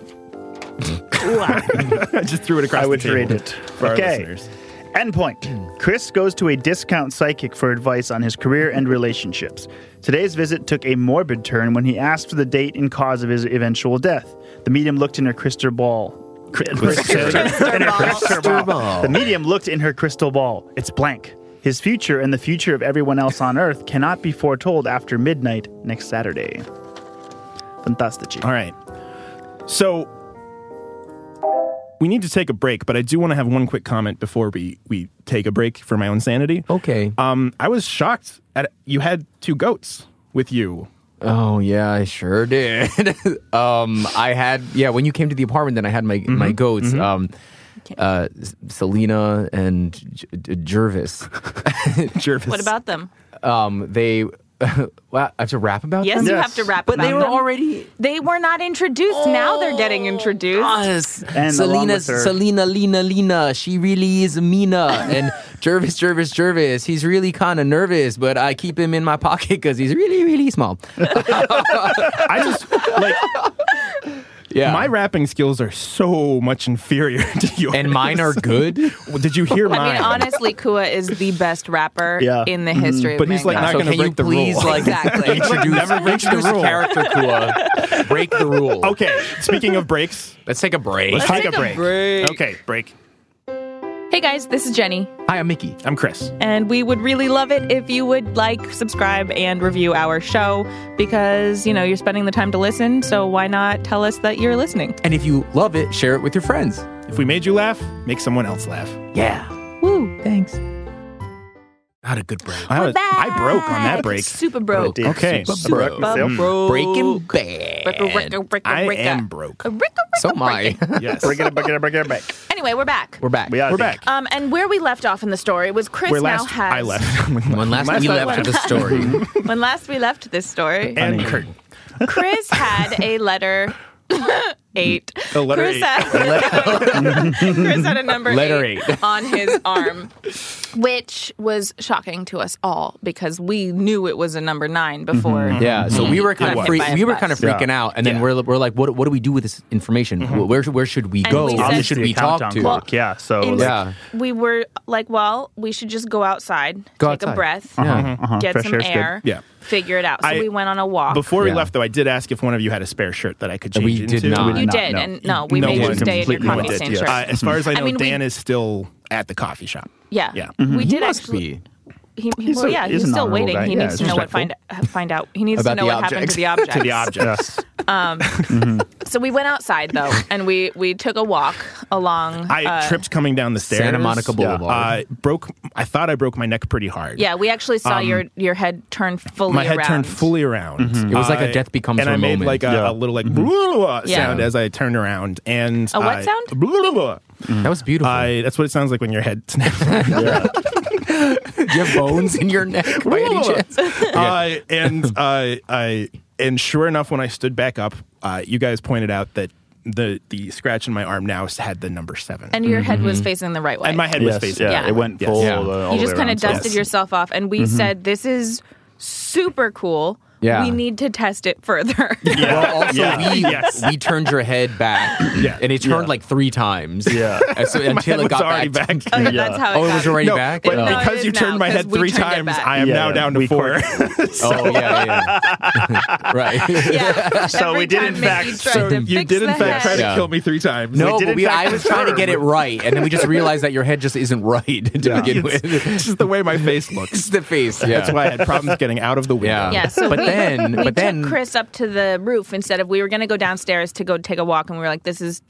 Speaker 4: yeah. Here,
Speaker 3: I just threw it across
Speaker 4: I
Speaker 3: the
Speaker 4: would
Speaker 3: table
Speaker 4: rate it.
Speaker 3: for our listeners.
Speaker 4: Endpoint. Chris goes to a discount psychic for advice on his career and relationships. Today's visit took a morbid turn when he asked for the date and cause of his eventual death. The medium looked in her crystal ball. Cri- in her crystal ball.
Speaker 2: ball.
Speaker 4: The medium looked in her crystal ball. It's blank. His future and the future of everyone else on Earth cannot be foretold after midnight next Saturday. Fantastici.
Speaker 3: All right. So we need to take a break, but I do want to have one quick comment before we, we take a break for my own sanity.
Speaker 2: Okay.
Speaker 3: Um, I was shocked at you had two goats with you.
Speaker 2: Oh yeah, I sure did. [laughs] um, I had yeah when you came to the apartment, then I had my
Speaker 4: Mm-hmm.
Speaker 2: my goats, um, uh, S- Selena and J- J- Jervis.
Speaker 4: [laughs]
Speaker 3: Jervis.
Speaker 1: What about them?
Speaker 2: Um, they [laughs] Wow, I have to rap about
Speaker 1: Yes,
Speaker 2: them?
Speaker 1: you
Speaker 4: Yes.
Speaker 1: have to wrap
Speaker 6: But
Speaker 1: about
Speaker 6: they were
Speaker 1: them.
Speaker 6: already.
Speaker 1: They were not introduced. now they're getting
Speaker 3: Oh,
Speaker 1: introduced.
Speaker 6: Yes.
Speaker 4: And along
Speaker 2: Selena,
Speaker 4: with her-
Speaker 2: Selena, Lena, Lena. She really is Mina. And [laughs] Jervis, Jervis, Jervis. He's really kind of nervous, but I keep him in my pocket because he's really, really
Speaker 4: [laughs]
Speaker 2: small.
Speaker 3: I just like
Speaker 2: Yeah.
Speaker 3: my rapping skills are so much inferior [laughs] to yours.
Speaker 2: and mine
Speaker 4: [laughs]
Speaker 2: are good.
Speaker 3: Well, Did you hear
Speaker 1: [laughs]
Speaker 3: mine? Mm-hmm.
Speaker 1: I mean, honestly, Kua is the best rapper
Speaker 4: Yeah.
Speaker 1: in the history of
Speaker 3: but he's, like,
Speaker 1: mankind.
Speaker 2: so
Speaker 3: not gonna
Speaker 2: can you
Speaker 3: break the
Speaker 2: please
Speaker 3: rule.
Speaker 2: like
Speaker 6: Exactly.
Speaker 2: [laughs] introduce,
Speaker 3: Never break the
Speaker 2: introduce
Speaker 3: rule.
Speaker 2: character Kua? Break the rule.
Speaker 3: okay. Speaking of breaks,
Speaker 2: Oh. Let's take a break.
Speaker 3: let's, take,
Speaker 1: take
Speaker 3: a
Speaker 1: a
Speaker 3: break.
Speaker 2: break.
Speaker 3: Okay, break.
Speaker 1: Hey guys, this is Jenny,
Speaker 2: Hi, I'm Mickey.
Speaker 3: I'm Chris.
Speaker 1: and we would really love it if you would like, subscribe, and review our show because you know you're spending the time to listen. So why not tell us that you're listening?
Speaker 2: And if you love it, share it with your friends.
Speaker 3: If we made you laugh, make someone else laugh.
Speaker 1: Woo! Thanks.
Speaker 2: Not a good break.
Speaker 3: I, was- I broke on that break. Oh,
Speaker 1: Super broke.
Speaker 4: Dude,
Speaker 3: Okay.
Speaker 4: super
Speaker 2: Broke.
Speaker 4: Yep.
Speaker 2: Breaking bad.
Speaker 3: I am broke.
Speaker 2: So am I.
Speaker 3: Yes.
Speaker 4: Bring it, bring it, bring it back.
Speaker 1: Anyway, we're back.
Speaker 2: [laughs] We're back.
Speaker 4: We are
Speaker 3: We're back.
Speaker 1: Um, and where we left off in the story was Chris
Speaker 3: Where
Speaker 1: now
Speaker 3: last
Speaker 1: has
Speaker 3: I left. [laughs]
Speaker 2: One last,
Speaker 3: Last
Speaker 2: we
Speaker 3: I
Speaker 2: left
Speaker 3: left.
Speaker 2: the story.
Speaker 1: when last we left this story.
Speaker 3: and
Speaker 4: [laughs]
Speaker 3: Kurt.
Speaker 1: Chris had a letter [laughs] eight.
Speaker 3: A letter
Speaker 1: Chris
Speaker 3: eight.
Speaker 1: Had, Chris had a number
Speaker 2: Letter eight. [laughs]
Speaker 1: on his arm, which was shocking to us all because we knew it was a number nine
Speaker 4: Mm-hmm.
Speaker 1: before.
Speaker 2: Yeah, so we were kind
Speaker 1: Got
Speaker 2: of
Speaker 1: hit
Speaker 2: freak,
Speaker 1: by a
Speaker 2: we were
Speaker 1: bus.
Speaker 2: kind of freaking out, and then
Speaker 3: Yeah.
Speaker 2: we're, we're like, what, what do we do with this information? Wh- Where where should we
Speaker 1: And
Speaker 2: go?
Speaker 1: we
Speaker 2: Who
Speaker 1: said-
Speaker 2: should we talk to?
Speaker 4: Clock. Yeah, so
Speaker 1: And
Speaker 4: like,
Speaker 2: Yeah.
Speaker 1: we were like, well, we should just go outside,
Speaker 2: Go
Speaker 1: take
Speaker 2: outside.
Speaker 1: a breath,
Speaker 4: uh-huh,
Speaker 1: get
Speaker 4: fresh
Speaker 1: some
Speaker 4: air's good.
Speaker 1: air,
Speaker 3: Yeah.
Speaker 1: figure it out. So
Speaker 3: I-
Speaker 1: we went on a walk.
Speaker 3: Before we
Speaker 2: Uh, Yeah.
Speaker 3: left, though, I did ask if one of you had a spare shirt that I could
Speaker 2: And
Speaker 3: change
Speaker 2: we did
Speaker 3: into.
Speaker 2: not.
Speaker 1: you
Speaker 4: No,
Speaker 1: did,
Speaker 4: no.
Speaker 1: and no, we
Speaker 3: No
Speaker 1: made you
Speaker 3: one
Speaker 1: stay in your
Speaker 4: completely
Speaker 1: coffee
Speaker 4: did,
Speaker 1: stand
Speaker 4: yes.
Speaker 1: shirt.
Speaker 3: Uh, as far as I know,
Speaker 1: mean, we-
Speaker 3: Dan is still at the coffee shop.
Speaker 1: yeah,
Speaker 3: yeah. Mm-hmm.
Speaker 1: we did
Speaker 2: Must
Speaker 1: actually.
Speaker 2: be.
Speaker 1: He, he- well,
Speaker 4: a-
Speaker 1: yeah,
Speaker 4: Mm-hmm. he's
Speaker 1: he's
Speaker 4: an
Speaker 1: still
Speaker 4: honorable
Speaker 1: waiting.
Speaker 4: guy.
Speaker 1: He
Speaker 4: Yeah,
Speaker 1: needs
Speaker 4: it's
Speaker 1: to know what find find out. He needs to
Speaker 2: About
Speaker 1: know
Speaker 2: the
Speaker 1: what happened to
Speaker 4: [laughs]
Speaker 1: the
Speaker 2: objects.
Speaker 1: object. [laughs]
Speaker 3: To the objects.
Speaker 1: So we went outside
Speaker 3: [laughs]
Speaker 1: though, and we we took a walk along.
Speaker 3: I
Speaker 1: uh,
Speaker 3: tripped coming down the stairs.
Speaker 2: Santa Monica Boulevard.
Speaker 3: Uh, broke. I thought I broke my neck pretty hard.
Speaker 1: Yeah, we actually saw your your head turn fully.
Speaker 3: um, My head
Speaker 1: around.
Speaker 3: turned fully around.
Speaker 2: Mm-hmm. It was like a
Speaker 3: Uh,
Speaker 2: death becomes
Speaker 3: and
Speaker 2: her
Speaker 3: I made
Speaker 2: moment. Mm-hmm.
Speaker 3: like a,
Speaker 4: Yeah.
Speaker 3: a little like "Blah-blah-blah"
Speaker 1: Yeah.
Speaker 3: sound as I turned around and
Speaker 1: A what
Speaker 3: I-
Speaker 1: sound?
Speaker 3: "Blah-blah-blah."
Speaker 2: That was beautiful.
Speaker 3: I that's what it sounds like when your head snaps.
Speaker 4: [laughs]
Speaker 2: do you have bones in your neck by
Speaker 1: [laughs]
Speaker 2: any chance?
Speaker 3: uh, and uh, I and sure enough, when I stood back up, uh, you guys pointed out that the the scratch in my arm now had the number seven,
Speaker 1: and your head was facing the right way.
Speaker 3: Mm-hmm. And my head was
Speaker 4: Yes,
Speaker 3: facing.
Speaker 4: yeah,
Speaker 1: Yeah.
Speaker 4: it went
Speaker 3: Yes.
Speaker 4: full.
Speaker 2: Yeah.
Speaker 4: uh, all
Speaker 1: you
Speaker 4: the
Speaker 1: just
Speaker 4: way
Speaker 1: kind of
Speaker 4: around, so-
Speaker 1: dusted yourself off, and we
Speaker 3: Mm-hmm.
Speaker 1: said, "This is super cool.
Speaker 2: Yeah.
Speaker 1: we need to test it further."
Speaker 3: [laughs] Yeah.
Speaker 2: Well, also
Speaker 3: Yeah.
Speaker 2: we
Speaker 3: Yes.
Speaker 2: we turned your head back,
Speaker 3: Yeah.
Speaker 2: and it turned
Speaker 4: Yeah.
Speaker 2: like three times.
Speaker 4: Yeah.
Speaker 2: And so-
Speaker 3: My
Speaker 2: until
Speaker 3: head
Speaker 2: it
Speaker 3: was
Speaker 2: got
Speaker 3: already
Speaker 2: back.
Speaker 3: back.
Speaker 1: [laughs]
Speaker 2: to-
Speaker 1: Oh, yeah, [laughs] that's how. It
Speaker 2: Oh, it was
Speaker 1: got-
Speaker 2: already
Speaker 3: No,
Speaker 2: back.
Speaker 3: but
Speaker 2: Oh.
Speaker 1: No, it
Speaker 3: because
Speaker 1: is
Speaker 3: you turned
Speaker 1: now,
Speaker 3: my head
Speaker 1: 'cause we
Speaker 3: three
Speaker 1: turned it
Speaker 3: times,
Speaker 1: back.
Speaker 3: I am
Speaker 4: Yeah,
Speaker 3: now
Speaker 4: yeah.
Speaker 3: down to
Speaker 4: We
Speaker 3: four.
Speaker 1: [laughs]
Speaker 2: oh yeah, yeah, yeah. [laughs] right.
Speaker 1: [laughs] Yeah.
Speaker 3: [laughs]
Speaker 4: So
Speaker 1: Every
Speaker 4: we did
Speaker 1: time
Speaker 4: in
Speaker 1: Mickey
Speaker 4: fact-
Speaker 1: tried
Speaker 3: so
Speaker 1: to
Speaker 3: [laughs] you
Speaker 1: fix
Speaker 3: did in
Speaker 1: the
Speaker 3: fact try
Speaker 1: head.
Speaker 3: to
Speaker 2: Yeah.
Speaker 3: kill me three times.
Speaker 2: No,
Speaker 4: We did,
Speaker 2: but
Speaker 4: in
Speaker 2: we,
Speaker 4: fact,
Speaker 2: I was trying to get it right, and then we just realized that your head just isn't right [laughs] to begin
Speaker 3: It's-
Speaker 2: with. [laughs]
Speaker 3: it's just the way my face looks.
Speaker 2: It's the face. [laughs] Yeah.
Speaker 3: That's why I had problems getting out of the window.
Speaker 2: Yeah.
Speaker 1: Yeah, so
Speaker 2: but
Speaker 1: we- [laughs]
Speaker 2: then,
Speaker 1: we
Speaker 2: but then,
Speaker 1: took Chris up to the roof instead of we were going to go downstairs to go take a walk, and we were like, "This is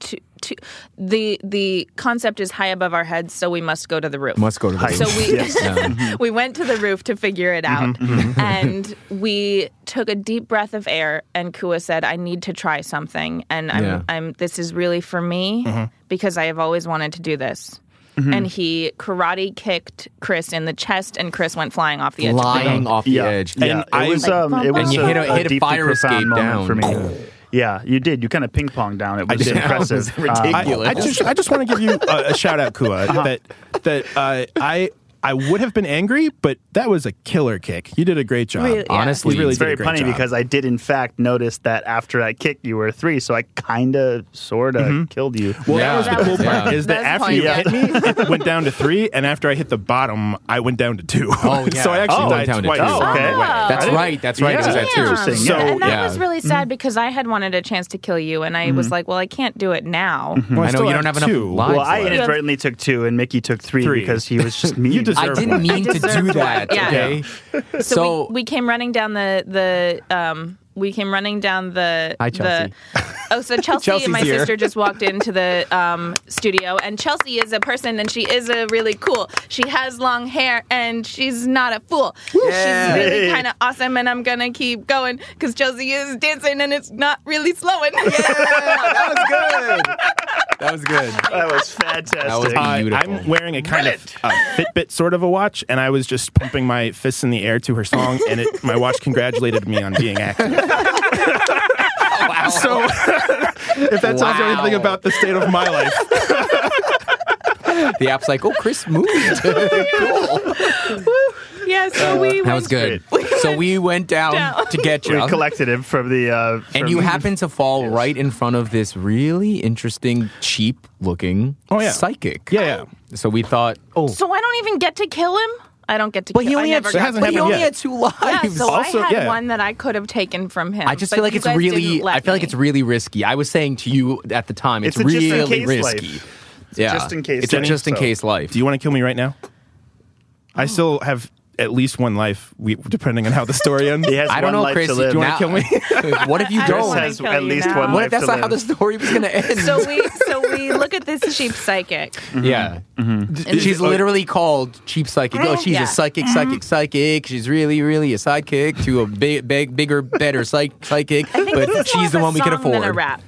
Speaker 1: too, too the the concept is high above our heads, so we must go to the roof."
Speaker 2: must go to the
Speaker 1: so we [laughs]
Speaker 2: Yeah. Mm-hmm.
Speaker 1: we went to the roof to figure it out, and we took a deep breath of air. And Kua said, "I need to try something, and I'm
Speaker 2: Yeah.
Speaker 1: I'm this is really for me because I have always wanted to do this." And he karate kicked Chris in the chest, and Chris went flying off the edge. of the
Speaker 2: lying off the
Speaker 4: Yeah.
Speaker 2: edge.
Speaker 4: Yeah,
Speaker 3: And
Speaker 4: it
Speaker 3: I-
Speaker 4: was. Um, it
Speaker 1: And
Speaker 4: was
Speaker 1: you
Speaker 4: a,
Speaker 1: hit
Speaker 2: a- hit a
Speaker 4: deeply
Speaker 2: fire
Speaker 4: profound
Speaker 2: escape
Speaker 4: moment for
Speaker 2: down.
Speaker 4: me. yeah, you did. You kind of ping ponged down. It was
Speaker 3: did.
Speaker 4: impressive.
Speaker 2: [laughs]
Speaker 4: Uh,
Speaker 2: It was ridiculous.
Speaker 3: I, I just I just want to give you a, a shout out, Kua, that that uh, I I would have been angry, but that was a killer kick. You did a great job.
Speaker 1: Really, yeah.
Speaker 2: Honestly,
Speaker 3: You really
Speaker 4: It's very
Speaker 3: did a great
Speaker 4: funny
Speaker 3: job.
Speaker 4: because I did, in fact, notice that after that kick, you were three. So I kind of, sort of
Speaker 2: Mm-hmm.
Speaker 4: killed you.
Speaker 3: Well,
Speaker 2: Yeah.
Speaker 3: that was the cool
Speaker 2: Yeah.
Speaker 3: part is that
Speaker 1: That's
Speaker 3: after you
Speaker 1: funny.
Speaker 3: hit me, it went down to three, and after I hit the bottom, I went down to two. [laughs]
Speaker 2: Oh, yeah.
Speaker 3: so I actually
Speaker 2: Oh,
Speaker 3: died
Speaker 2: down to
Speaker 3: twice.
Speaker 2: two.
Speaker 4: Oh,
Speaker 3: on
Speaker 4: okay.
Speaker 3: the way.
Speaker 2: That's right. That's right. It was
Speaker 4: Yeah.
Speaker 2: that too.
Speaker 4: Interesting.
Speaker 2: So-
Speaker 4: So-
Speaker 1: and that
Speaker 2: yeah.
Speaker 1: was really sad because I had wanted a chance to kill you, and I was like, "Well, I can't do it now."
Speaker 3: Well,
Speaker 2: I know
Speaker 3: still
Speaker 2: you don't have enough
Speaker 3: two.
Speaker 2: lives
Speaker 4: Well, I
Speaker 2: left.
Speaker 4: inadvertently took two, and Mickey took three,
Speaker 3: Three.
Speaker 4: because he was just mean.
Speaker 3: You deserve-
Speaker 2: I didn't mean to
Speaker 1: deserved one.
Speaker 2: do that.
Speaker 1: Yeah.
Speaker 2: Okay.
Speaker 1: So,
Speaker 2: So-
Speaker 1: we, we came running down the the um we came running down the
Speaker 2: Hi,
Speaker 1: the- [laughs] oh, so Chelsea
Speaker 2: Chelsea's
Speaker 1: and my
Speaker 2: here.
Speaker 1: sister just walked into the um, studio, and Chelsea is a person, and she is a really cool. She has long hair, and she's not a fool.
Speaker 2: Yeah.
Speaker 1: She's really
Speaker 4: Hey.
Speaker 1: kind of awesome, and I'm gonna keep going
Speaker 2: [laughs]
Speaker 1: because Chelsea is dancing, and it's not really slowing.
Speaker 2: that was good. [laughs] That was good.
Speaker 4: [laughs] That was fantastic.
Speaker 2: That was hot.
Speaker 3: Uh,
Speaker 2: Beautiful.
Speaker 3: I'm wearing a kind of a Fitbit sort of a watch, and I was just pumping my fists in the air to her song, and it, my watch congratulated me on being
Speaker 2: [laughs]
Speaker 3: active. So, [laughs] if that tells you
Speaker 2: Wow.
Speaker 3: anything about the state of my life,
Speaker 2: The app's like, oh, Chris
Speaker 4: [laughs]
Speaker 2: moved. cool.
Speaker 1: [laughs] Yeah, so we
Speaker 2: That was good. So we went down,
Speaker 1: down.
Speaker 2: to get you.
Speaker 4: we collected him from the. Uh, from-
Speaker 2: and you happen to fall right in front of this really interesting, cheap looking
Speaker 3: Oh, yeah.
Speaker 2: psychic.
Speaker 3: yeah, yeah.
Speaker 2: So we thought, oh,
Speaker 1: So I don't even get to kill him. I don't get to.
Speaker 2: but
Speaker 1: kill
Speaker 2: he only
Speaker 1: I
Speaker 2: had,
Speaker 1: never got
Speaker 2: but
Speaker 3: It hasn't
Speaker 1: to
Speaker 2: he
Speaker 1: kill
Speaker 2: only
Speaker 3: happened
Speaker 1: him.
Speaker 3: yet.
Speaker 1: Yeah,
Speaker 2: had two lives.
Speaker 1: so
Speaker 3: Also,
Speaker 1: I had
Speaker 3: yeah.
Speaker 1: one that I could have taken from him.
Speaker 2: I just
Speaker 1: but
Speaker 2: feel like
Speaker 1: you
Speaker 2: it's
Speaker 1: guys
Speaker 2: really.
Speaker 1: didn't let
Speaker 2: I feel like
Speaker 1: me.
Speaker 2: it's really risky. I was saying to you at the time, it's,
Speaker 4: It's a just in
Speaker 2: really
Speaker 4: case
Speaker 2: risky.
Speaker 4: life.
Speaker 2: yeah,
Speaker 4: just in case
Speaker 2: It's a
Speaker 4: life,
Speaker 2: just in
Speaker 4: so-
Speaker 2: case life.
Speaker 3: Do you want to kill me right now? I still have at least one life, we, depending on how the story ends.
Speaker 4: He has
Speaker 2: I don't
Speaker 4: one
Speaker 2: know,
Speaker 4: life
Speaker 2: Chris.
Speaker 4: to live.
Speaker 2: do you want to kill me?
Speaker 4: [laughs]
Speaker 2: what if you
Speaker 1: I
Speaker 4: Chris
Speaker 1: don't wanna
Speaker 2: don't?
Speaker 4: has
Speaker 1: kill
Speaker 4: at
Speaker 1: you
Speaker 4: least
Speaker 1: now.
Speaker 4: one
Speaker 2: What
Speaker 4: life
Speaker 2: if that's
Speaker 4: to
Speaker 2: not how
Speaker 4: live.
Speaker 2: the story was going to end?
Speaker 1: So we so we look at this cheap psychic.
Speaker 4: Mm-hmm.
Speaker 2: Yeah. She's literally called cheap psychic. Oh, she's
Speaker 1: Yeah. Mm-hmm.
Speaker 2: a psychic, psychic, psychic. She's really, really a sidekick to a big, big bigger, better psych, psychic.
Speaker 1: I think this
Speaker 2: But
Speaker 1: is
Speaker 2: she's the
Speaker 1: more
Speaker 2: one
Speaker 1: of a
Speaker 2: we can
Speaker 1: song than
Speaker 2: afford.
Speaker 1: a rap.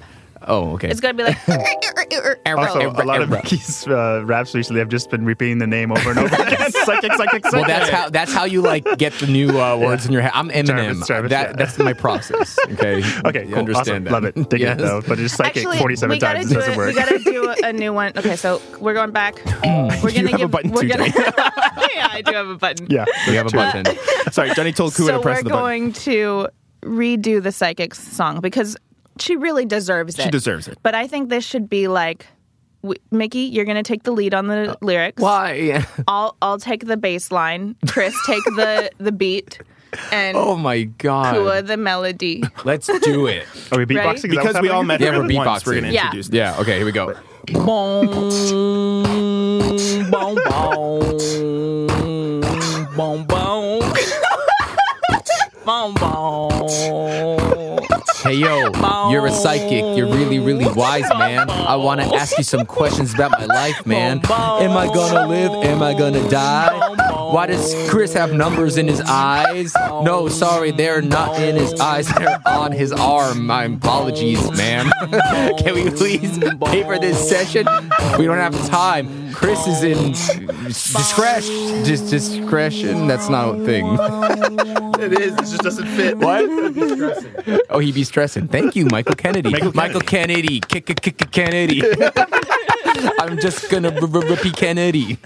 Speaker 2: Oh, okay.
Speaker 1: It's gonna be
Speaker 2: [laughs]
Speaker 1: like
Speaker 4: Also, a lot of Mickey's uh, raps recently have just been repeating the name over and over again. psychic, psychic, psychic.
Speaker 2: well, that's how that's how you like get the new uh, words in your head. I'm Eminem.
Speaker 4: Jarvis, Jarvis,
Speaker 2: that,
Speaker 4: yeah.
Speaker 2: That's my
Speaker 4: [laughs]
Speaker 2: process. Okay.
Speaker 4: Okay,
Speaker 2: You
Speaker 4: cool. Awesome.
Speaker 2: Understand that.
Speaker 4: Love it. Dig
Speaker 2: Yes.
Speaker 4: it though. But it's psychic
Speaker 1: actually
Speaker 4: 47
Speaker 1: we gotta
Speaker 4: times. It
Speaker 1: do
Speaker 4: doesn't work.
Speaker 1: We gotta do a, a new one. Okay, so we're going
Speaker 2: [clears throat]
Speaker 1: back. We're gonna
Speaker 3: have a
Speaker 1: give.
Speaker 3: button
Speaker 1: we're
Speaker 3: too,
Speaker 1: gonna. [laughs] yeah, I do have a button.
Speaker 4: yeah.
Speaker 2: We have a button.
Speaker 1: [laughs]
Speaker 3: Sorry, Johnny told Kuda
Speaker 1: So
Speaker 3: to press
Speaker 1: we're
Speaker 3: the button.
Speaker 1: going to redo the psychic song because she really deserves it.
Speaker 3: She deserves it.
Speaker 1: But I think this should be like, w- Mickey, you're gonna take the lead on
Speaker 2: Uh,
Speaker 1: the lyrics.
Speaker 2: Why? [laughs]
Speaker 1: I'll I'll take the bass line. Chris take
Speaker 2: [laughs]
Speaker 1: the the beat, and
Speaker 2: Oh my god.
Speaker 1: Kua the melody.
Speaker 2: Let's
Speaker 1: [laughs]
Speaker 2: do it.
Speaker 4: Are we beatboxing?
Speaker 1: Ready?
Speaker 4: Is that
Speaker 3: Because
Speaker 4: what's
Speaker 3: we all
Speaker 4: happening?
Speaker 3: met
Speaker 2: Yeah,
Speaker 3: her
Speaker 2: we're
Speaker 3: at once, we're
Speaker 2: beatboxing.
Speaker 3: going to
Speaker 1: Yeah.
Speaker 3: introduce this.
Speaker 2: Yeah. Okay. Here we go.
Speaker 1: Boom,
Speaker 2: boom, boom, boom, boom.
Speaker 1: [laughs] boom, boom.
Speaker 2: Hey yo, you're a psychic. You're really, really wise, man. I want to ask you some questions about my life, man. Am I gonna live? Am I gonna die? Why does Chris have numbers in his eyes? No, sorry, they're not in his eyes. They're on his arm. My apologies, ma'am. [laughs] Can we please pay for this session? We don't have time. Chris is in discretion. Just discretion. That's not a thing.
Speaker 4: It is. It just doesn't fit.
Speaker 2: What? oh, he be stressing. Thank you, Michael Kennedy.
Speaker 3: Michael
Speaker 2: Michael Kennedy. Kick a kick
Speaker 1: [laughs]
Speaker 2: a Kennedy. I'm just gonna r- r- rippy
Speaker 1: [laughs]
Speaker 2: Kennedy. [laughs]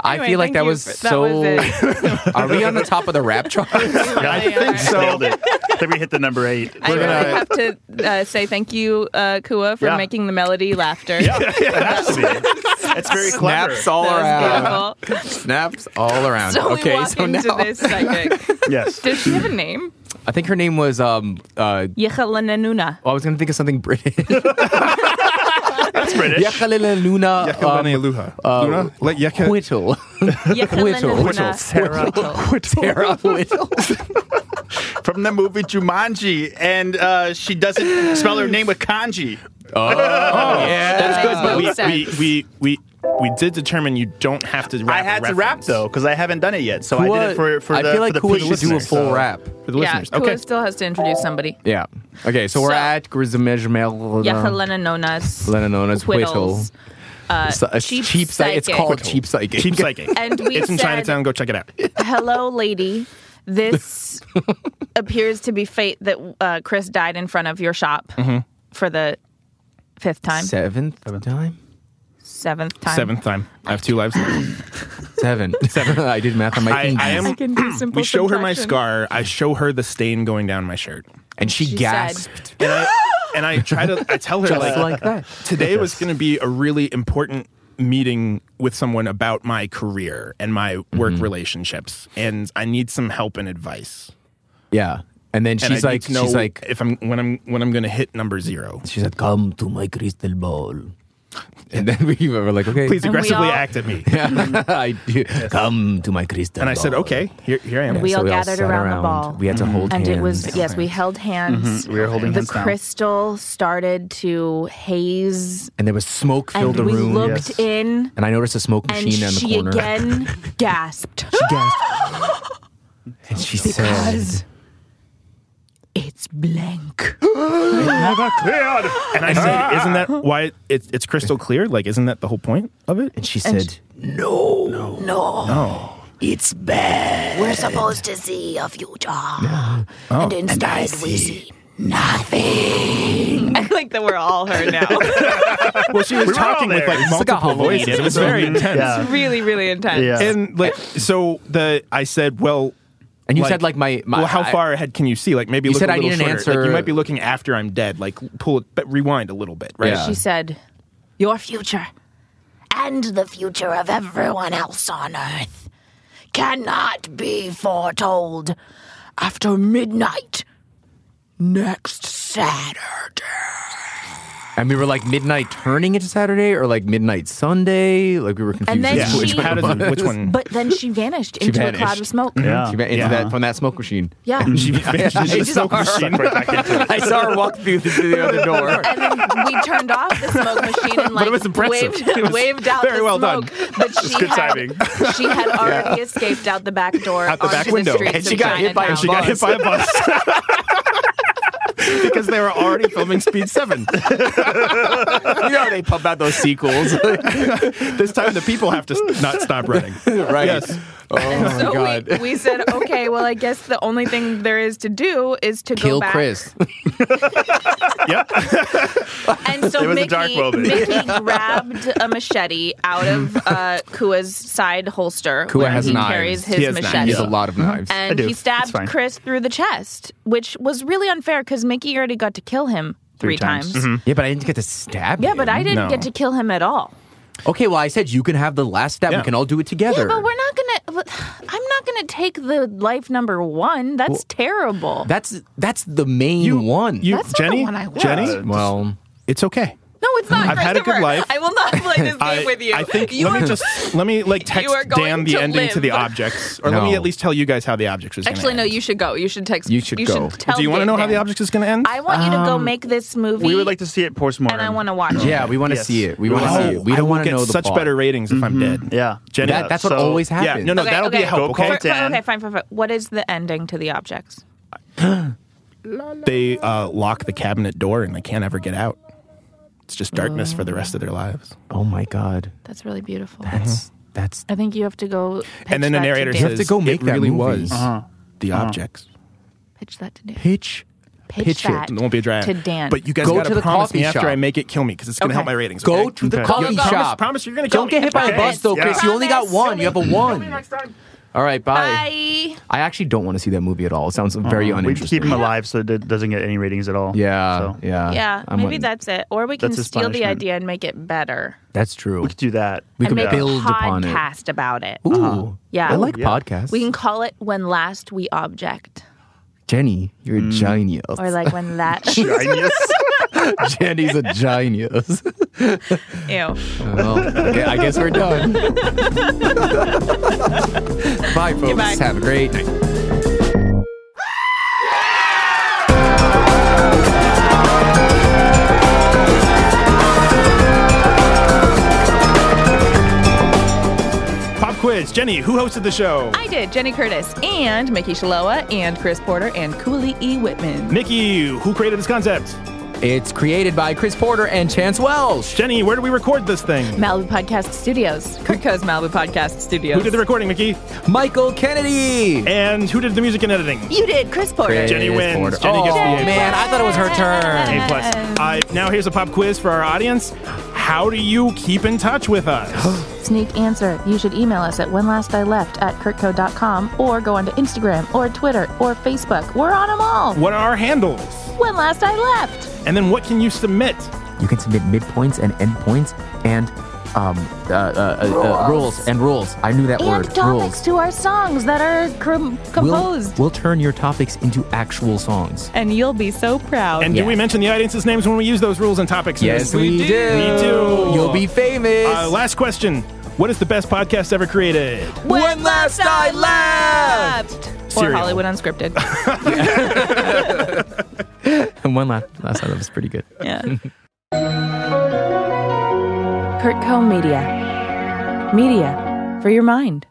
Speaker 2: I
Speaker 1: Anyway,
Speaker 2: feel like
Speaker 1: thank
Speaker 2: that
Speaker 1: you
Speaker 2: was
Speaker 1: for- that
Speaker 2: so.
Speaker 1: was
Speaker 2: [laughs] Are we on the top of the rap chart?
Speaker 4: Yeah, I
Speaker 1: Really
Speaker 4: think
Speaker 1: are.
Speaker 4: so. Nailed it. I think we hit the number eight.
Speaker 1: I [laughs] really
Speaker 3: gonna-
Speaker 1: have to uh, say thank you, uh, Kua, for
Speaker 4: Yeah.
Speaker 1: making the melody laughter.
Speaker 4: it has to be. It's very clever.
Speaker 2: Snaps all around.
Speaker 1: That was beautiful.
Speaker 2: Snaps all around.
Speaker 1: So we
Speaker 2: okay,
Speaker 1: walk
Speaker 2: so now
Speaker 1: into this
Speaker 2: [laughs]
Speaker 1: psychic.
Speaker 4: Yes.
Speaker 1: Does she have a name?
Speaker 2: I think her name was. Um, uh, [laughs]
Speaker 1: Yechalananuna.
Speaker 2: well, I was gonna think of something
Speaker 6: [laughs]
Speaker 2: British.
Speaker 4: That's British.
Speaker 6: [laughs]
Speaker 2: Yakalele Luna. um,
Speaker 3: Yakalani Luha. Luna? Let Yaka-
Speaker 2: Whittle. Whittle.
Speaker 4: Sarah.
Speaker 2: Tara Whittle.
Speaker 6: from the movie Jumanji, and uh, she doesn't spell her name with kanji. Oh.
Speaker 2: yeah.
Speaker 1: That's good,
Speaker 3: But we, we, we, we, we did determine you don't have to rap.
Speaker 6: I
Speaker 3: a
Speaker 6: had to rap
Speaker 3: reference.
Speaker 6: though because I haven't done it yet, so I did
Speaker 2: Kua-
Speaker 6: it for for
Speaker 2: I
Speaker 6: the.
Speaker 2: feel like
Speaker 6: for the
Speaker 2: Kua
Speaker 6: people
Speaker 2: should do a
Speaker 6: listeners,
Speaker 2: full
Speaker 6: so-
Speaker 2: rap.
Speaker 3: For the
Speaker 1: Yeah,
Speaker 3: listeners.
Speaker 1: Kua
Speaker 3: Okay.
Speaker 1: still has to introduce somebody.
Speaker 2: Yeah. Okay, so, we're
Speaker 1: So-
Speaker 2: at Grizmejmel.
Speaker 1: Yechalananonas.
Speaker 2: known as Whittle.
Speaker 1: Whittles. Uh,
Speaker 2: It's a
Speaker 1: cheap
Speaker 2: cheap psych- It's
Speaker 1: psychic.
Speaker 2: called cheap psychic. [laughs]
Speaker 3: Cheap Psychic.
Speaker 1: And we
Speaker 3: it's in
Speaker 1: said-
Speaker 3: Chinatown. Go check it out.
Speaker 1: Hello, lady. This appears to be fate that uh, Chris died in front of your shop
Speaker 2: Mm-hmm.
Speaker 1: for the fifth time,
Speaker 2: Seventh
Speaker 3: [laughs]
Speaker 2: time.
Speaker 1: seventh time.
Speaker 3: Seventh time. I have two lives left.
Speaker 2: Seven. Seven. [laughs] I did math on my
Speaker 3: I,
Speaker 2: fingers.
Speaker 3: I
Speaker 2: [laughs]
Speaker 3: am.
Speaker 1: can
Speaker 2: [gasps]
Speaker 1: do simple
Speaker 3: We show her my
Speaker 1: subtraction.
Speaker 3: scar. I show her the stain going down my shirt.
Speaker 2: and she,
Speaker 1: She
Speaker 2: gasped
Speaker 3: And I, and I try to. I tell her
Speaker 2: just like that.
Speaker 3: today was going to be a really important meeting with someone about my career and my work
Speaker 2: Mm-hmm.
Speaker 3: relationships and i need some help and advice
Speaker 2: Yeah. And then
Speaker 3: and
Speaker 2: she's
Speaker 3: I need
Speaker 2: like,
Speaker 3: to know
Speaker 2: she's like,
Speaker 3: if i'm when i'm when i'm gonna hit number zero
Speaker 2: she said, come to my crystal ball. And then [laughs] we were like, okay.
Speaker 3: please
Speaker 1: And we
Speaker 3: aggressively
Speaker 1: all-
Speaker 3: act at
Speaker 2: [laughs]
Speaker 3: me
Speaker 2: I do. Come to my crystal
Speaker 3: and i said
Speaker 2: ball.
Speaker 3: okay Mm-hmm. here, here i am
Speaker 1: We
Speaker 2: So
Speaker 1: all
Speaker 2: we all
Speaker 1: gathered
Speaker 2: sat
Speaker 1: around the
Speaker 2: around.
Speaker 1: ball.
Speaker 2: We had to hold
Speaker 1: and
Speaker 2: hands.
Speaker 1: it was yes, we held hands.
Speaker 4: We were holding
Speaker 1: the
Speaker 4: hands down.
Speaker 1: crystal started to haze,
Speaker 2: And there was smoke filled
Speaker 1: and
Speaker 2: the
Speaker 1: we
Speaker 2: room.
Speaker 1: looked
Speaker 4: yes.
Speaker 1: in,
Speaker 2: And I noticed a smoke
Speaker 1: and
Speaker 2: machine in the
Speaker 1: she
Speaker 2: corner.
Speaker 1: again gasped.
Speaker 2: gasped. And she said,
Speaker 1: It's blank.
Speaker 4: Never cleared.
Speaker 3: And I said, "Isn't that why it's it's crystal clear? Like, isn't that the whole point of
Speaker 2: [laughs]
Speaker 3: it?"
Speaker 2: And she said, "No, no,
Speaker 7: No,
Speaker 2: it's bad."
Speaker 7: we're supposed to see a future. And instead, we [laughs] see nothing.
Speaker 1: I like that we're all her now.
Speaker 3: Well, she was
Speaker 4: We were all
Speaker 3: talking with
Speaker 4: there.
Speaker 3: like
Speaker 2: It's like a
Speaker 3: multiple
Speaker 2: Halloween
Speaker 3: voices. It was very intense.
Speaker 4: Yeah.
Speaker 1: really, really intense.
Speaker 4: Yeah.
Speaker 3: And like, so the I said, "Well."
Speaker 2: And you said like my, my
Speaker 3: well, how
Speaker 2: I-
Speaker 3: far ahead can you see? Like maybe
Speaker 2: You
Speaker 3: look
Speaker 2: said
Speaker 3: a
Speaker 2: I
Speaker 3: little
Speaker 2: need an
Speaker 3: shorter. Like,
Speaker 2: answer-
Speaker 3: you might be looking after I'm dead. Like pull it, but rewind a little bit, right?
Speaker 2: Yeah.
Speaker 1: She said, Your future.
Speaker 7: And the future of everyone else on Earth cannot be foretold after midnight next Saturday.
Speaker 2: And we were like midnight turning into Saturday or like midnight Sunday. Like we were confused.
Speaker 1: then
Speaker 2: as to
Speaker 1: she-
Speaker 2: which one
Speaker 3: How
Speaker 2: it
Speaker 3: does it,
Speaker 2: was.
Speaker 3: which one?
Speaker 1: But then she vanished into a cloud
Speaker 2: vanished.
Speaker 1: of smoke.
Speaker 4: Yeah.
Speaker 2: She went into
Speaker 3: Yeah.
Speaker 2: that from that smoke machine.
Speaker 1: Yeah. [laughs]
Speaker 3: [laughs] she vanished into the
Speaker 2: It's
Speaker 3: smoke
Speaker 2: hard.
Speaker 3: machine.
Speaker 2: [laughs] I saw her walk through the, through the other
Speaker 1: [laughs]
Speaker 2: door. [laughs]
Speaker 1: and then we turned off the smoke machine and like
Speaker 3: it was impressive.
Speaker 1: waved, [laughs]
Speaker 3: It was
Speaker 1: waved out
Speaker 3: very
Speaker 1: the
Speaker 3: well done.
Speaker 1: smoke. But she
Speaker 4: good
Speaker 1: had
Speaker 4: timing.
Speaker 1: [laughs] she had already escaped out the back door
Speaker 3: Out the
Speaker 1: onto
Speaker 3: back window.
Speaker 1: streets
Speaker 2: And she
Speaker 1: of
Speaker 2: got hit by a
Speaker 1: Chinatown.
Speaker 3: and she got hit by a bus because they were already filming Speed Seven.
Speaker 2: You know how they pump out those sequels.
Speaker 3: [laughs] This time, the people have to s- not stop running.
Speaker 2: [laughs]
Speaker 3: [laughs]
Speaker 2: right.
Speaker 3: Yes.
Speaker 2: Oh
Speaker 1: [laughs]
Speaker 2: my
Speaker 1: So
Speaker 2: god.
Speaker 1: we, we said, okay, well, I guess the only thing there is to do is to
Speaker 2: Kill
Speaker 1: go back.
Speaker 2: Chris.
Speaker 3: Yep.
Speaker 1: And so
Speaker 4: It was a
Speaker 1: Mickey,
Speaker 4: dark moment.
Speaker 1: Mickey
Speaker 3: [laughs]
Speaker 1: grabbed a machete out of uh, Kua's side holster.
Speaker 2: Kua
Speaker 1: where
Speaker 2: has
Speaker 1: he
Speaker 2: knives.
Speaker 1: carries his
Speaker 3: He has knives.
Speaker 1: machete.
Speaker 2: He has a lot of knives.
Speaker 1: And
Speaker 4: do.
Speaker 1: he
Speaker 4: It's
Speaker 1: stabbed
Speaker 4: fine.
Speaker 1: Chris through the chest, which was really unfair because Mickey already got to kill him three,
Speaker 4: Three times.
Speaker 3: Mm-hmm.
Speaker 2: yeah, but I didn't get to stab.
Speaker 1: Yeah, but
Speaker 2: him.
Speaker 1: I didn't
Speaker 3: No.
Speaker 1: get to kill him at all.
Speaker 2: Okay, well, I said you can have the last stab.
Speaker 3: Yeah.
Speaker 2: We can all do it together.
Speaker 1: Yeah, but we're not gonna. I'm not gonna take the life number one. That's terrible.
Speaker 2: That's that's the main one.
Speaker 3: You,
Speaker 1: That's not the
Speaker 3: Jenny,
Speaker 1: one I want.
Speaker 3: Jenny,
Speaker 2: well,
Speaker 3: it's okay.
Speaker 1: no, it's not.
Speaker 3: I've had a good
Speaker 1: Christopher.
Speaker 3: life.
Speaker 1: I will not play this game
Speaker 3: I,
Speaker 1: with you.
Speaker 3: I think
Speaker 1: you
Speaker 3: let
Speaker 1: are
Speaker 3: me just let me [laughs] like text
Speaker 1: are going
Speaker 3: Dan the
Speaker 1: to
Speaker 3: ending to the
Speaker 1: live.
Speaker 3: objects, or let
Speaker 2: No.
Speaker 3: me at least tell you guys how the objects was. gonna
Speaker 1: Actually, no.
Speaker 3: end.
Speaker 1: You should go. You should text.
Speaker 2: You should go.
Speaker 1: tell
Speaker 3: Do you want to
Speaker 1: Dan
Speaker 3: know how the
Speaker 1: that.
Speaker 3: objects is going to end?
Speaker 1: I want you to go make this movie.
Speaker 4: Um, We would like to see it post
Speaker 1: and I want
Speaker 4: to.
Speaker 1: to watch it.
Speaker 2: yeah, we want to
Speaker 4: Yes.
Speaker 2: see it. We want to
Speaker 3: Oh,
Speaker 2: see it. We
Speaker 3: I
Speaker 2: don't
Speaker 3: will
Speaker 2: want to
Speaker 3: get
Speaker 2: know the
Speaker 3: such
Speaker 2: plot.
Speaker 3: better ratings if I'm dead.
Speaker 4: Yeah.
Speaker 3: Mm-hmm. Jenny.
Speaker 2: That, that's what
Speaker 4: So-
Speaker 2: always happens.
Speaker 3: yeah, no, no,
Speaker 1: Okay,
Speaker 3: that'll be
Speaker 1: okay.
Speaker 3: a help.
Speaker 4: Go call
Speaker 3: Okay,
Speaker 1: For-
Speaker 4: Dan.
Speaker 1: okay, fine, fine, fine. What is the ending to the objects?
Speaker 3: they uh, lock the cabinet door and they can't ever get out. It's just darkness for the rest of their lives.
Speaker 2: Oh my god,
Speaker 1: That's really beautiful.
Speaker 2: that's
Speaker 3: Hmm.
Speaker 2: that's.
Speaker 1: I think you have to go. pitch
Speaker 3: and then the
Speaker 1: that to
Speaker 3: narrator
Speaker 1: Dan.
Speaker 2: You have
Speaker 3: says,
Speaker 2: to go make
Speaker 3: it
Speaker 2: that
Speaker 3: really
Speaker 2: movie."
Speaker 3: was the objects.
Speaker 1: "Pitch that to Dan.
Speaker 2: Pitch,
Speaker 1: Pitch,
Speaker 2: pitch it.
Speaker 1: that
Speaker 3: It won't be a dry.
Speaker 1: to Dan."
Speaker 3: But you guys
Speaker 2: Go
Speaker 3: gotta
Speaker 2: to the
Speaker 3: promise me
Speaker 2: coffee
Speaker 3: after
Speaker 2: shop.
Speaker 3: I make it kill me because it's gonna help my ratings.
Speaker 2: go
Speaker 3: okay?
Speaker 2: to the
Speaker 4: Okay.
Speaker 2: coffee
Speaker 3: Yo, promise-
Speaker 2: shop.
Speaker 3: promise you're gonna kill
Speaker 2: Don't
Speaker 3: me.
Speaker 2: get hit by a
Speaker 1: Promise.
Speaker 2: bus, though, Chris. You only got
Speaker 1: Promise.
Speaker 2: one. You have a one. All right, bye.
Speaker 1: Bye.
Speaker 2: I actually don't want to see that movie at all. It sounds very
Speaker 4: We keep
Speaker 2: uninteresting.
Speaker 4: him alive so that it doesn't get any ratings at all.
Speaker 2: Yeah,
Speaker 4: So,
Speaker 2: yeah,
Speaker 1: Yeah,
Speaker 2: I'm
Speaker 1: maybe
Speaker 2: on-
Speaker 1: that's it. Or we can
Speaker 4: That's his
Speaker 1: steal the
Speaker 4: punishment.
Speaker 1: idea and make it better.
Speaker 2: that's true.
Speaker 4: We could do that.
Speaker 2: We
Speaker 1: and
Speaker 2: could
Speaker 1: make
Speaker 2: build
Speaker 1: a
Speaker 2: upon it.
Speaker 1: podcast about it.
Speaker 3: Uh-huh.
Speaker 2: Ooh,
Speaker 1: Yeah.
Speaker 2: I like
Speaker 4: Yeah.
Speaker 2: podcasts.
Speaker 1: We can call it When Last We Object.
Speaker 2: Jenny, you're
Speaker 3: Mm.
Speaker 2: a genius.
Speaker 1: Or like
Speaker 3: [laughs]
Speaker 1: when that
Speaker 4: [laughs] Genius.
Speaker 2: [laughs] Jenny's
Speaker 1: [laughs]
Speaker 2: a genius. Oh,
Speaker 1: Ew.
Speaker 2: Well, okay, I guess we're
Speaker 1: [laughs]
Speaker 2: done. [laughs] Bye, folks.
Speaker 1: Goodbye.
Speaker 2: Have a great night.
Speaker 3: Pop quiz, Jenny. Who hosted the show?
Speaker 1: I did Jenny Curtis and Mickey Shaloa and Chris Porter and Cooley E. Whitman.
Speaker 3: Mickey. Who created this concept?
Speaker 2: It's created by Chris Porter and Chance Welsh.
Speaker 3: Jenny. Where do we record this thing?
Speaker 1: Malibu Podcast Studios. Kurtco's Malibu Podcast Studios.
Speaker 3: Who did the recording, Mickey?
Speaker 2: Michael Kennedy.
Speaker 3: And who did the music and editing?
Speaker 1: you did Chris Porter.
Speaker 2: Chris
Speaker 3: Jenny wins.
Speaker 2: Porter.
Speaker 3: Jenny gets
Speaker 2: oh,
Speaker 3: the A
Speaker 2: man, I thought it was her turn.
Speaker 3: A plus. Uh, now here's a pop quiz for our audience. How do you keep in touch with [gasps] us?
Speaker 1: Sneak answer. You should email us at whenlastileft at kurtco.com or go onto Instagram or Twitter or Facebook. We're on them all.
Speaker 3: what are our handles?
Speaker 1: When last I left.
Speaker 3: And then what can you submit?
Speaker 2: You can submit midpoints and endpoints and um, uh, uh, uh, uh, rules and rules. I knew that
Speaker 1: and
Speaker 2: word.
Speaker 1: topics
Speaker 2: Rules.
Speaker 1: to our songs that are com-
Speaker 2: We'll,
Speaker 1: composed.
Speaker 2: we'll turn your topics into actual songs.
Speaker 1: and you'll be so proud.
Speaker 3: And
Speaker 2: Yeah.
Speaker 3: do we mention the audience's names when we use those rules and topics?
Speaker 2: do.
Speaker 3: We do.
Speaker 2: You'll be famous.
Speaker 3: Uh, last question. What is the best podcast ever created?
Speaker 2: When last I left.
Speaker 1: Or
Speaker 3: Serial.
Speaker 1: Hollywood Unscripted.
Speaker 3: [laughs]
Speaker 2: and one last last time that was pretty good.
Speaker 1: yeah. Kurtco Media. Media for your mind.